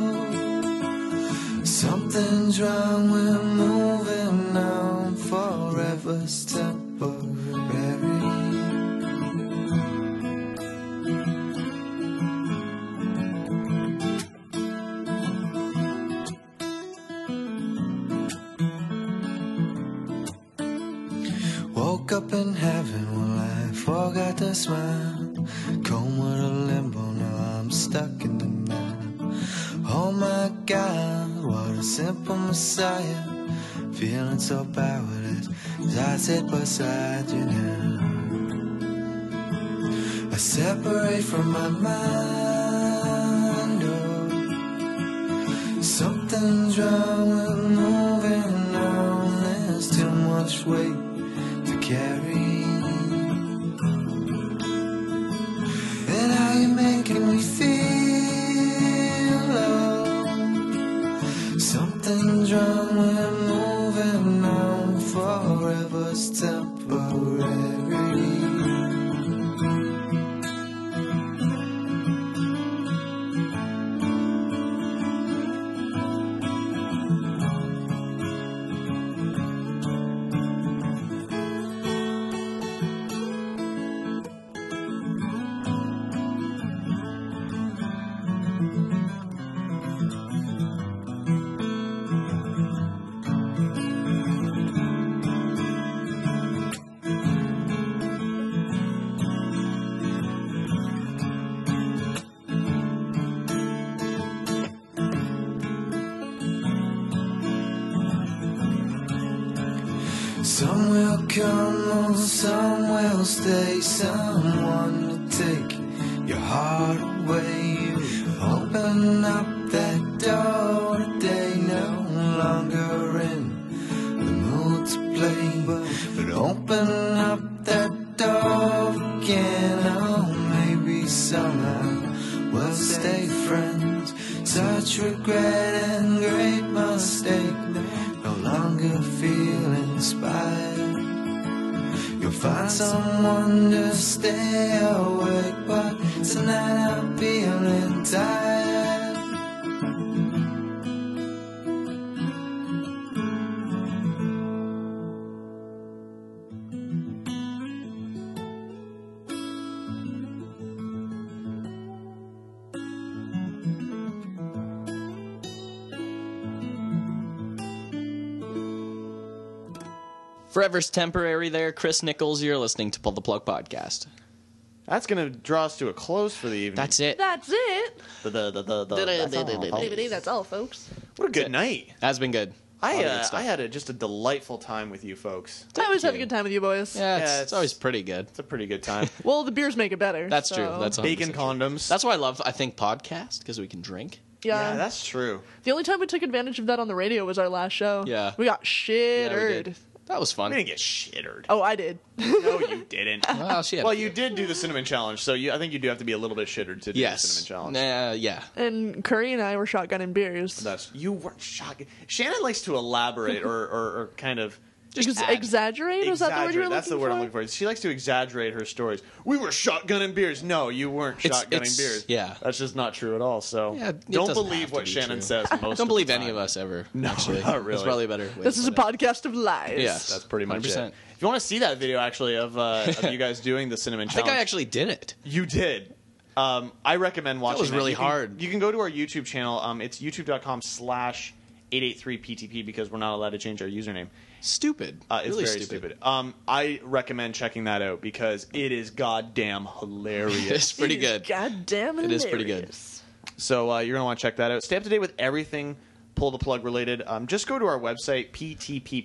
S6: Something's wrong with moving on forever's temporary.
S14: Woke up in heaven, well, I forgot to smile. Coma to limbo, now I'm stuck in denial. Oh my God, what a simple messiah. Feeling so powerless as I sit beside you now. I separate from my mind. oh. Something's wrong with moving on. There's too much weight to carry. And how you making me feel? oh? Something's wrong with moving on. Forever's temporary. Some will come or some will stay. Someone to take your heart away. Open up that door today. No longer in the mood to play. But open up that door again. Oh, maybe somehow we'll stay friends. Such regret and great mistake no longer feel inspired. You'll find someone to stay awake, but tonight I'm feeling tired.
S5: Forever's temporary there. Chris Nichols, you're listening to Pull the Plug Podcast.
S4: That's going to draw us to a close for the evening.
S5: That's it.
S3: That's it.
S4: The- the- the- the- the- that's all.
S3: That's all, folks.
S4: What a good night.
S5: That's been good.
S4: I,
S5: Lot of good
S4: uh,
S5: stuff.
S4: I had a, just a delightful time with you folks.
S3: I always have a good time with you boys.
S5: Yeah, it's, it's always pretty good.
S4: It's a pretty good time.
S3: Well, the beers make it better.
S5: That's
S3: so-
S5: true. That's
S4: Bacon
S5: condoms. That's why I love. I think podcast because we can drink.
S3: Yeah. Yeah,
S4: that's true.
S3: The only time we took advantage of that on the radio was our last show.
S5: Yeah.
S3: We got
S5: Yeah, we
S3: shittered.
S5: did. That was fun.
S4: We didn't get shittered.
S3: oh, I did.
S4: No, you didn't.
S5: well, she had a
S4: well, you did do the cinnamon challenge, so you, I think you do have to be a little bit shittered to do
S5: Yes.
S4: the cinnamon challenge.
S5: Nah, yeah.
S3: And Curry and I were shotgunning beers.
S4: That's you were shocking. Shannon likes to elaborate or, or, or kind of
S3: Ex- exaggerate? Was that the word you were
S4: Exaggerate. That's the
S3: looking
S4: word
S3: for?
S4: I'm looking for. She likes to exaggerate her stories. We were shotgunning beers. No, you weren't
S5: It's-
S4: shotgunning
S5: it's-
S4: beers.
S5: yeah.
S4: that's just not true at all. So
S5: Yeah, it
S4: don't
S5: doesn't
S4: believe
S5: have to
S4: what
S5: be
S4: Shannon
S5: true.
S4: says. Most of
S5: Don't
S4: the
S5: believe any
S4: time.
S5: of us ever.
S4: No,
S5: actually.
S4: not
S5: That's
S4: really.
S5: probably a better. way
S3: this
S5: to
S3: is
S5: put
S3: a
S5: it.
S3: podcast of lies.
S5: Yes.
S4: That's pretty much
S5: 100%.
S4: it. If you want to see that video, actually, of uh, of you guys doing the cinnamon
S5: I
S4: challenge,
S5: think I actually did it.
S4: You did. Um, I recommend watching.
S5: was really
S4: You can-
S5: hard.
S4: You can go to our YouTube channel. Um, it's youtube.com slash 883ptp because we're not allowed to change our username.
S5: Stupid.
S4: Uh, it's
S5: really
S4: very stupid. Um, I recommend checking that out because it is goddamn hilarious.
S5: It's pretty
S3: It is
S5: good.
S3: Goddamn
S5: It is pretty good.
S3: hilarious.
S4: So uh, you're going to want to check that out. Stay up to date with everything pull the plug related. Um, just go to our website,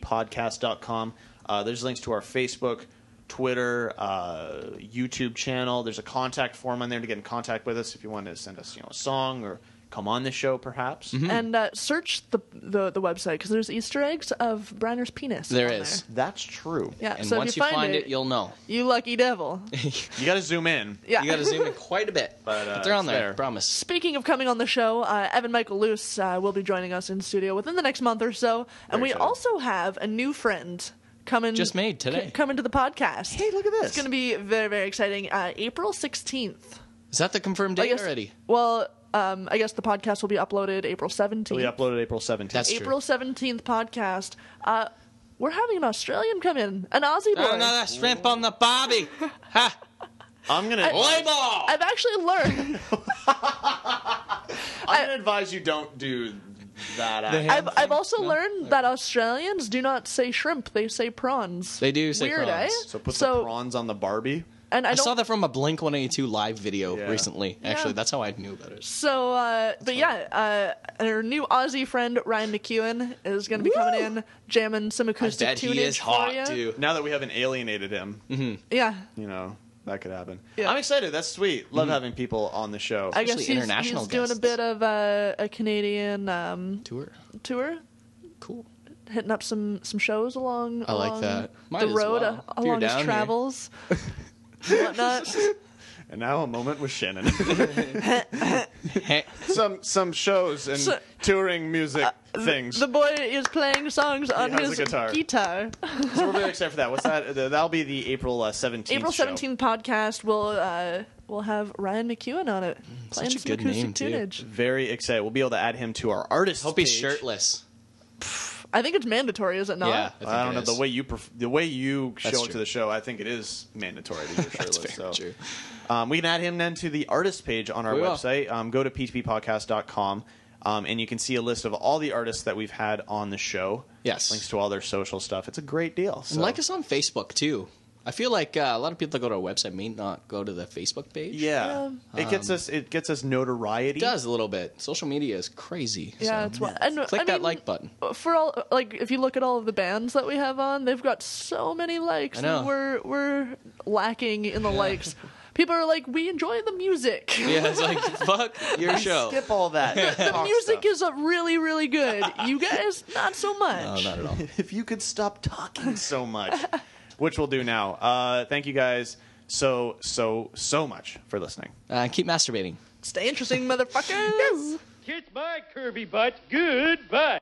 S4: ptppodcast.com. Uh, there's links to our Facebook, Twitter, uh, YouTube channel. There's a contact form on there to get in contact with us if you want to send us you know, a song or come on the show, perhaps.
S5: Mm-hmm.
S3: And uh, search the the, the website because there's Easter eggs of Briner's penis.
S5: There
S3: on
S5: is.
S4: That's true.
S3: Yeah.
S5: And
S3: so
S5: once
S3: if you, find, it,
S5: you'll know.
S3: you lucky devil.
S4: You got to zoom in.
S3: Yeah.
S5: You got to zoom in quite a bit.
S4: But, uh,
S5: They're on
S4: it's
S5: there. Promise.
S3: Speaking of coming on the show, uh, Evan Michael Luce uh, will be joining us in studio within the next month or so, and
S4: Very
S3: we
S4: excited.
S3: also have a new friend coming.
S5: Just made today.
S3: c- coming to the podcast.
S4: Hey, look at this.
S3: It's going to be very very exciting. Uh, April sixteenth.
S5: Is that the confirmed
S3: Oh,
S5: date already?
S3: Well, um, I guess the podcast will be uploaded April seventeenth.
S4: We uploaded April 17th.
S5: That's true.
S3: April seventeenth podcast. Uh, we're having an Australian come in, an Aussie boy.
S5: Another shrimp on the bobby. Ha!
S4: I'm going to
S5: Play ball.
S3: I've actually learned.
S4: I'm going to advise you don't do That I-
S3: I've, I've also learned that Australians do not say shrimp; they say prawns.
S5: They do say
S3: Weird,
S5: prawns.
S3: eh?
S5: So put
S3: So-
S5: the prawns
S4: on the Barbie.
S3: And I
S5: saw
S3: don't-
S5: that from a Blink 182 live video recently.
S3: Yeah.
S5: Actually, that's how I knew about it.
S3: eh? So, uh, but yeah, uh, our new Aussie friend Ryan McEwen is going to be coming in, jamming some acoustic tunage for you.
S4: Now that we haven't alienated him,
S3: Yeah,
S4: you know that could happen.
S3: Yeah. Mm-hmm.
S4: I'm excited. That's sweet. Love having people on the show.
S3: I guess he's, he's doing a bit of uh, a Canadian um,
S5: tour.
S3: Tour,
S5: cool.
S3: Hitting up some some shows along.
S5: I like
S3: along
S5: that. Might
S3: the
S5: as
S3: road
S5: well,
S3: uh,
S5: if you're
S3: along his
S5: down here.
S3: travels, and whatnot.
S4: And now a moment with Shannon. some some shows and
S3: So- uh,
S4: touring music things.
S3: The boy is playing songs on
S4: has a
S3: his
S4: guitar. so we're really excited for that. What's that? The- That'll be the April uh, 17th.
S3: April
S4: show.
S3: seventeenth podcast will uh, will have Ryan McEwen on it
S4: Mm,
S3: playing some acoustic tunage.
S4: Very excited. We'll be able to add him to our artist.
S5: Hope he's
S4: page.
S5: shirtless.
S3: I think it's mandatory, is it not?
S4: I, don't know the way you perf- the way you
S5: That's
S4: show it
S5: true.
S4: to the show. I think it is mandatory that you're shirtless. so. Um, we can add him then to the artist page on our
S5: We will.
S4: website. Um, go to ptppodcast.com um, and you can see a list of all the artists that we've had on the show. Yes, links to all their social stuff. It's a great deal. So.
S5: And like us on Facebook too. I feel like uh, a lot of people that go to our website may not go to the Facebook page.
S4: Yeah. Yeah. It gets us. It gets us notoriety.
S5: It does a little bit. Social media is crazy.
S3: Yeah,
S5: so-
S3: it's wild. And,
S5: Click
S3: I
S5: that
S3: mean,
S5: like button.
S3: For all like, if you look at all of the bands that we have on, they've got so many likes.
S5: I know.
S3: And we're we're lacking in the likes. People are like, we enjoy the music.
S5: Yeah, it's like fuck your
S4: I
S5: show.
S4: skip all that.
S3: the music is uh, really really good. You guys, not so much.
S5: Uh,
S4: Um,
S5: not at all.
S4: if you could stop talking so much, which we'll do now. Uh, thank you guys so so so much for listening.
S5: Uh, keep masturbating.
S3: Stay interesting, motherfuckers.
S15: Kiss my Kirby butt. Goodbye.